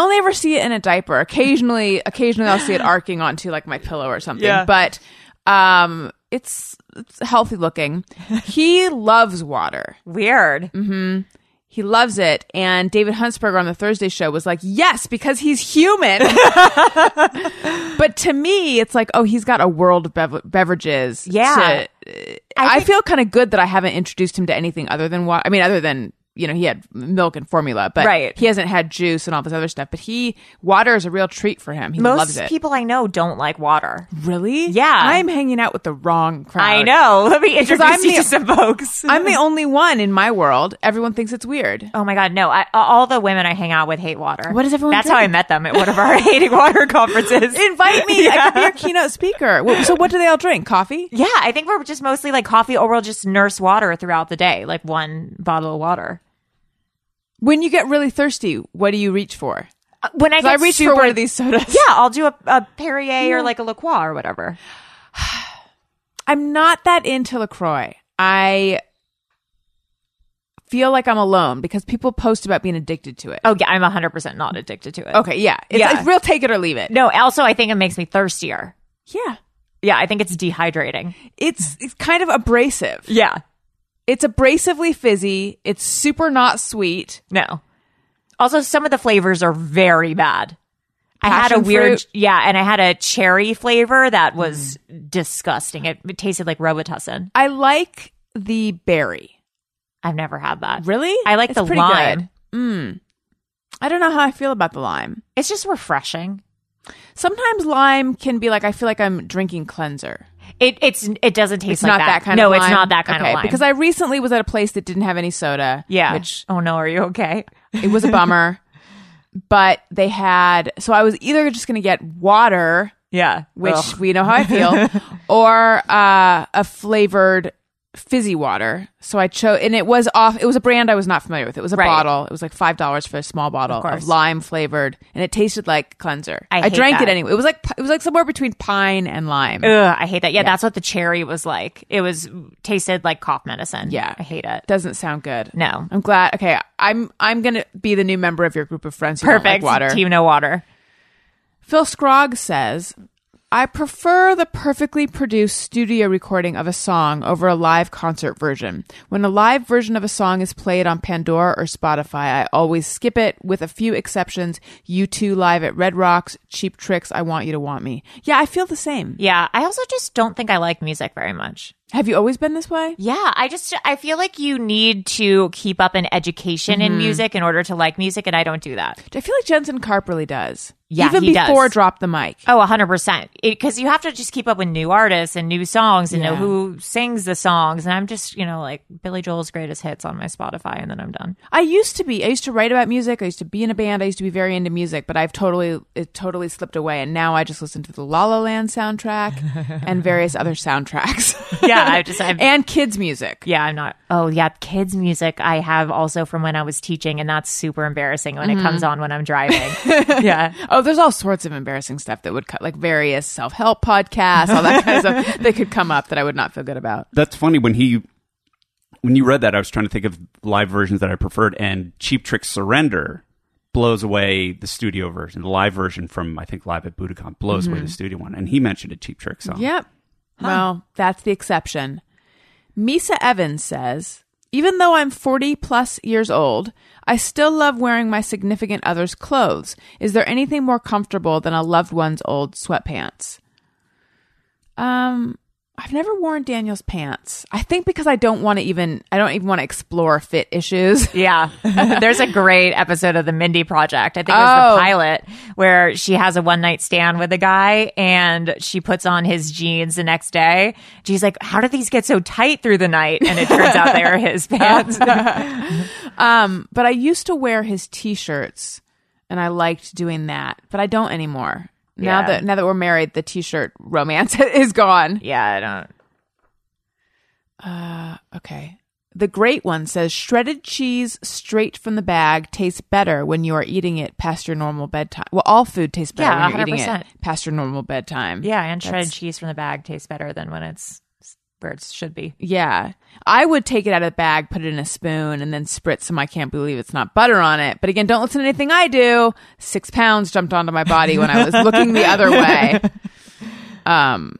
A: only ever see it in a diaper. Occasionally, *laughs* occasionally I'll see it arcing onto like my pillow or something.
B: Yeah.
A: But um, it's, it's healthy looking. He *laughs* loves water.
B: Weird.
A: He loves it. And David Huntsberger on the Thursday show was like, yes, because he's
B: *laughs*
A: human. but to me, it's like, oh, he's got a world of bev- beverages. uh,
B: Yeah.
A: to- I, feel kind of good that I haven't introduced him to anything other than water. I mean, other than you know, he had milk and formula, but
B: Right.
A: he hasn't had juice and all this other stuff. But he water is a real treat for him. He loves
B: Most
A: it.
B: people I know don't like water.
A: really?
B: Yeah.
A: I'm hanging out with the wrong crowd.
B: I know. *laughs* Let me introduce
A: I'm
B: you
A: the-
B: to some folks.
A: I'm the only one in my world. Everyone thinks it's weird.
B: Oh my god, no! I, all the women I hang out with hate water.
A: What does everyone
B: That's how I
A: drink?
B: met them at one of our *laughs* hating water conferences.
A: Invite me. I could be your keynote speaker. Wh- So what do they all drink? Coffee?
B: yeah, I think we're just mostly like coffee, or we'll just nurse water throughout the day, like one bottle of water.
A: When you get really thirsty, what do you reach for?
B: Uh, When I,
A: 'Cause I
B: get
A: reach
B: super,
A: for one *laughs* of these sodas.
B: yeah, I'll do a, a Perrier or like a La Croix or whatever.
A: I'm not that into LaCroix. I feel like I'm alone because people post about being addicted to it.
B: Oh yeah, I'm 100 percent not addicted to it.
A: Okay, yeah. It's
B: Yeah.
A: like real take it or leave it.
B: No, also I think it makes me thirstier.
A: Yeah.
B: Yeah, I think it's dehydrating.
A: It's it's kind of abrasive.
B: Yeah,
A: It's abrasively fizzy. It's super not sweet.
B: no. Also, some of the flavors are very bad. I had a
A: Passion
B: weird,
A: fruit.
B: yeah, and I had a cherry flavor that was
A: Hmm.
B: disgusting. It, it tasted like Robitussin.
A: I like the berry.
B: I've never had that.
A: Really?
B: I like
A: It's
B: the
A: pretty
B: lime.
A: good. I don't know how I feel about the lime.
B: It's just refreshing.
A: Sometimes lime can be like I feel like I'm drinking cleanser.
B: It it's it doesn't taste
A: It's not
B: like
A: that, kind
B: no,
A: of lime.
B: it's not that kind
A: okay,
B: of lime.
A: Because I recently was at a place that didn't have any soda.
B: yeah.
A: Which
B: oh no, are you okay?
A: It was a
B: *laughs*
A: bummer. but they had so I was either just gonna get water,
B: Yeah,
A: which we know how I
B: *laughs*
A: feel, or uh, a flavored fizzy water. So I chose and it was off it was a brand I was not familiar with. It was a
B: Right.
A: bottle. It was like five dollars for a small bottle of,
B: course.
A: lime flavored and it tasted like cleanser.
B: I hate
A: drank
B: that.
A: it anyway. It was like it was like somewhere between pine and lime.
B: Ugh, I hate that. Yeah, that's what the cherry was like. It was tasted like cough medicine.
A: Yeah.
B: I hate it.
A: Doesn't sound good.
B: No.
A: I'm glad. Okay, I'm I'm gonna be the new member of your group of friends. Who Don't like
B: Perfect.
A: water.
B: Team no water.
A: Phil Scrogg says, I prefer the perfectly produced studio recording of a song over a live concert version. When a live version of a song is played on Pandora or Spotify, I always skip it, with a few exceptions. You 2 live at Red Rocks, Cheap Tricks, I Want You to Want Me. Yeah, I feel the same.
B: Yeah, I also just don't think I like music very much.
A: Have you always been this way?
B: Yeah, I just I feel like you need to keep up an education in music in order to like music, and I don't do that.
A: I feel like Jensen Carperly does.
B: Yeah,
A: Even
B: he does.
A: before Drop the Mic.
B: Oh, 100%. Because you have to just keep up with new artists and new songs and know
A: Yeah.
B: who sings the songs. And I'm just, you know, like Billy Joel's greatest hits on my Spotify and then I'm done.
A: I used to be. I used to write about music. I used to be in a band. I used to be very into music, but I've totally it totally slipped away. And now I just listen to the La La Land soundtrack
B: *laughs*
A: and various other soundtracks.
B: Yeah, I just- I've-
A: and kids music.
B: Yeah, I'm not. Oh, yeah. Kids' music I have also from when I was teaching, and that's super embarrassing when it comes on when I'm driving. yeah.
A: Oh, there's all sorts of embarrassing stuff that would cut, like various self help podcasts, all that kind of
B: *laughs*
A: stuff that could come up that I would not feel good about.
C: That's funny when he when you read that I was trying to think of live versions that I preferred and Cheap Trick Surrender blows away the studio version. The live version from I think live at Budokan blows away the studio one and he mentioned a Cheap Trick song.
A: Yep. Well, that's the exception. Misa Evans says, even though I'm 40 plus years old, I still love wearing my significant other's clothes. Is there anything more comfortable than a loved one's old sweatpants? Um, I've never worn Daniel's pants. I think because I don't want to even I don't even want to explore fit issues. *laughs*
B: Yeah. There's a great episode of the Mindy Project. I think it was
A: Oh.
B: the pilot where she has a one night stand with a guy and she puts on his jeans the next day. She's like, How did these get so tight through the night? And it turns out they
A: *laughs*
B: were his pants.
A: Um, But I used to wear his t-shirts and I liked doing that, but I don't anymore. Now
B: Yeah.
A: that now that we're married, the t-shirt romance *laughs* is gone.
B: yeah, I don't.
A: Okay. The great one says shredded cheese straight from the bag tastes better when you are eating it past your normal bedtime. Well, all food tastes better
B: Yeah,
A: when you're eating
B: 100%.
A: it past your normal bedtime.
B: Yeah, and shredded cheese from the bag tastes better than when it's where it should be.
A: Yeah. I would take it out of the bag, put it in a spoon, and then spritz some I can't believe it's not butter on it. But again, don't listen to anything I do. Six pounds jumped onto my body when I was looking the other way. Um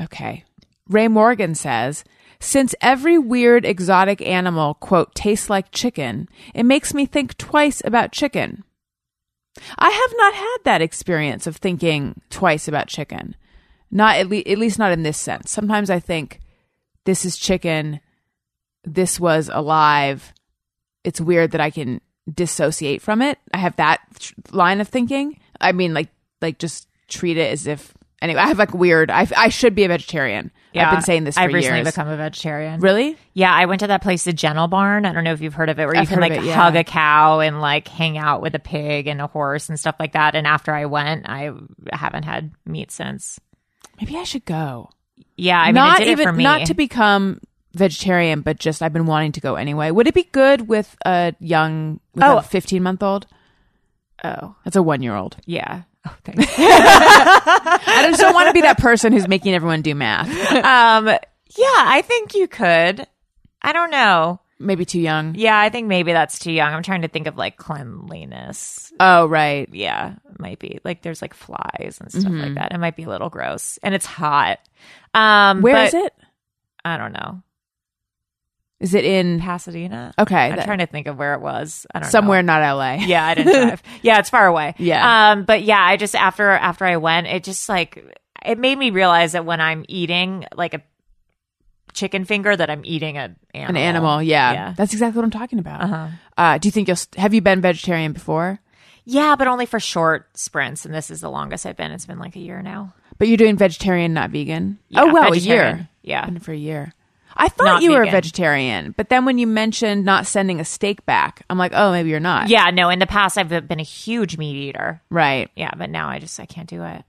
A: Okay. Ray Morgan says since every weird exotic animal, quote, tastes like chicken, it makes me think twice about chicken. I have not had that experience of thinking twice about chicken. Not at, le- at least not in this sense. Sometimes I think this is chicken. this was alive. It's weird that I can dissociate from it. I have that tr- line of thinking. I mean, like, like just treat it as if. Anyway, I have like weird. I I should be a vegetarian. I've been saying this for
B: I've recently
A: years.
B: become a vegetarian.
A: really?
B: Yeah, I went to that place, the Gentle Barn. I don't know if you've heard of it, where you
A: I've
B: can
A: heard
B: like
A: of it, yeah.
B: hug a cow and like hang out with a pig and a horse and stuff like that. And after I went, I haven't had meat since.
A: Maybe I should go.
B: Yeah, I mean,
A: not
B: it did
A: even
B: it for me.
A: not to become vegetarian, but just I've been wanting to go anyway. Would it be good with a young, with
B: Oh.
A: a fifteen month old?
B: Oh,
A: That's a one year old.
B: yeah. Oh, thanks.
A: I just don't want to be that person who's making everyone do math.
B: *laughs* *laughs* um, yeah, I think you could. I don't know.
A: Maybe too young.
B: Yeah, I think maybe that's too young. I'm trying to think of like cleanliness.
A: Oh right.
B: Yeah, it might be like there's like flies and stuff
A: Mm-hmm.
B: like that. It might be a little gross, and it's hot. Um,
A: Where
B: but-
A: is it?
B: I don't know.
A: Is it in
B: Pasadena.
A: Okay,
B: I'm
A: that-
B: trying to think of where it was. I don't know.
A: somewhere not LA?
B: Yeah, I didn't drive. yeah, it's far away.
A: Yeah.
B: Um, but yeah, I just after after I went, it just like it made me realize that when I'm eating like a chicken finger, that I'm eating
A: *laughs*
B: a
A: An
B: animal.
A: animal, yeah.
B: Yeah.
A: That's exactly what I'm talking about.
B: Uh-huh.
A: Uh, do you think you'll? St- have you been vegetarian before?
B: Yeah, but only for short sprints, and this is the longest I've been. It's been like a year now.
A: But you're doing vegetarian, not vegan.
B: Yeah,
A: oh well, a
B: vegetarian.
A: year.
B: Yeah.
A: Been for a year. I thought
B: Not
A: you were a
B: vegan.
A: vegetarian, but then when you mentioned not sending a steak back, I'm like, oh, maybe you're not.
B: Yeah, no. In the past, I've been a huge meat eater.
A: Right.
B: Yeah, but now I just I can't do it.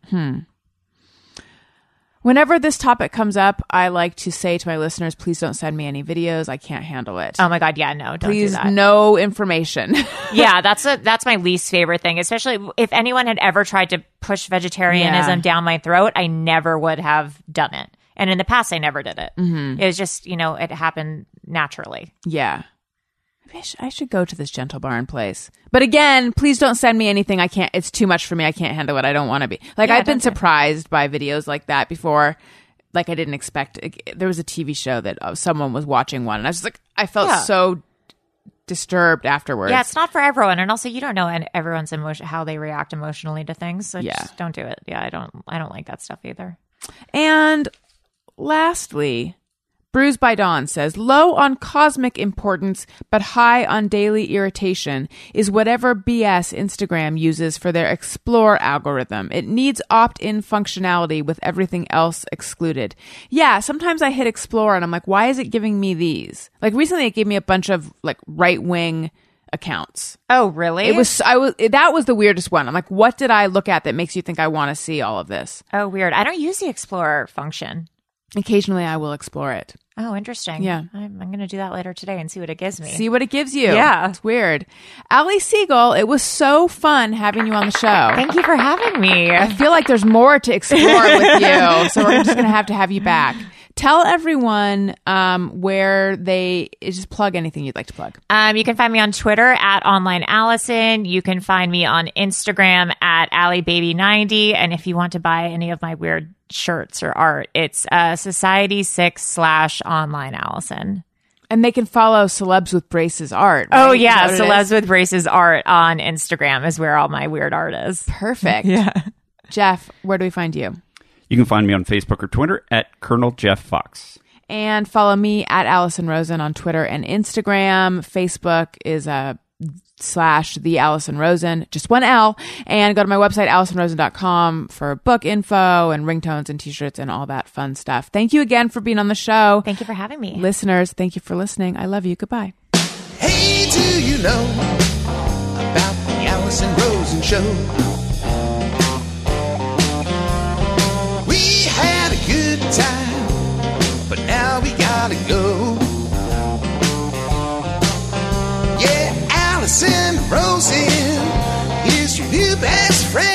A: Whenever this topic comes up, I like to say to my listeners, please don't send me any videos. I can't handle it.
B: Oh my god, yeah, no, don't do
A: please,
B: that.
A: no information. *laughs*
B: *laughs* yeah, that's a that's my least favorite thing. Especially if anyone had ever tried to push vegetarianism
A: Yeah.
B: down my throat, I never would have done it. And in the past, I never did it.
A: Mm-hmm.
B: It was just you know it happened naturally.
A: yeah. Maybe I, sh- I should go to this gentle barn place. But again, please don't send me anything. I can't, it's too much for me. I can't handle it. I don't want to be. Like,
B: Yeah,
A: I've been
B: don't do it.
A: surprised by videos like that before. Like, I didn't expect. like, There was a TV show that uh, someone was watching one, and I was just like, I felt
B: Yeah.
A: so disturbed afterwards.
B: Yeah, it's not for everyone, and also you don't know an- everyone's emotion how they react emotionally to things. So
A: Yeah.
B: just don't do it. Yeah, I don't I don't like that stuff either.
A: And lastly, Bruised by Dawn says low on cosmic importance, but high on daily irritation is whatever BS Instagram uses for their explore algorithm. It needs opt in functionality with everything else excluded. Yeah, sometimes I hit explore and I'm like, why is it giving me these? Like recently, it gave me a bunch of like right wing accounts.
B: Oh, really?
A: It was, I was, that was the weirdest one. I'm like, what did I look at that makes you think I want to see all of this?
B: oh weird. I don't use the explorer function.
A: Occasionally, I will explore it.
B: Oh, interesting.
A: Yeah.
B: I'm, I'm gonna do that later today and see what it gives me.
A: See what it gives you.
B: Yeah.
A: It's weird. Allie Siegel, it was so fun having you on the show.
B: Thank you for having me.
A: *laughs* I feel like there's more to explore
B: *laughs*
A: with you. So we're just going to have to have you back. Tell everyone um, where they just plug anything you'd like to plug.
B: Um, you can find me on Twitter at Online Allison. You can find me on Instagram at AllieBaby90. And if you want to buy any of my weird shirts or art, it's uh, Society6 slash Online Allison.
A: And they can follow Celebs with Braces Art. right?
B: Oh,
A: Is
B: yeah.
A: that what it is?
B: Celebs with Braces Art on Instagram is where all my weird art is. *laughs*
A: Perfect. Yeah. Jeff, where do we find you?
C: You can find me on Facebook or Twitter at Colonel Jeff Fox.
A: And follow me at Allison Rosen on Twitter and Instagram. Facebook is a slash the Allison Rosen, just one L. And go to my website, AllisonRosen.com for book info and ringtones and t-shirts and all that fun stuff. Thank you again for being on the show.
B: Thank you for having me.
A: Listeners, thank you for listening. I love you. Goodbye.
D: Hey, do you know about the Allison Rosen show? We had a good time, but now we gotta go. Yeah, Allison Rosen is your new best friend.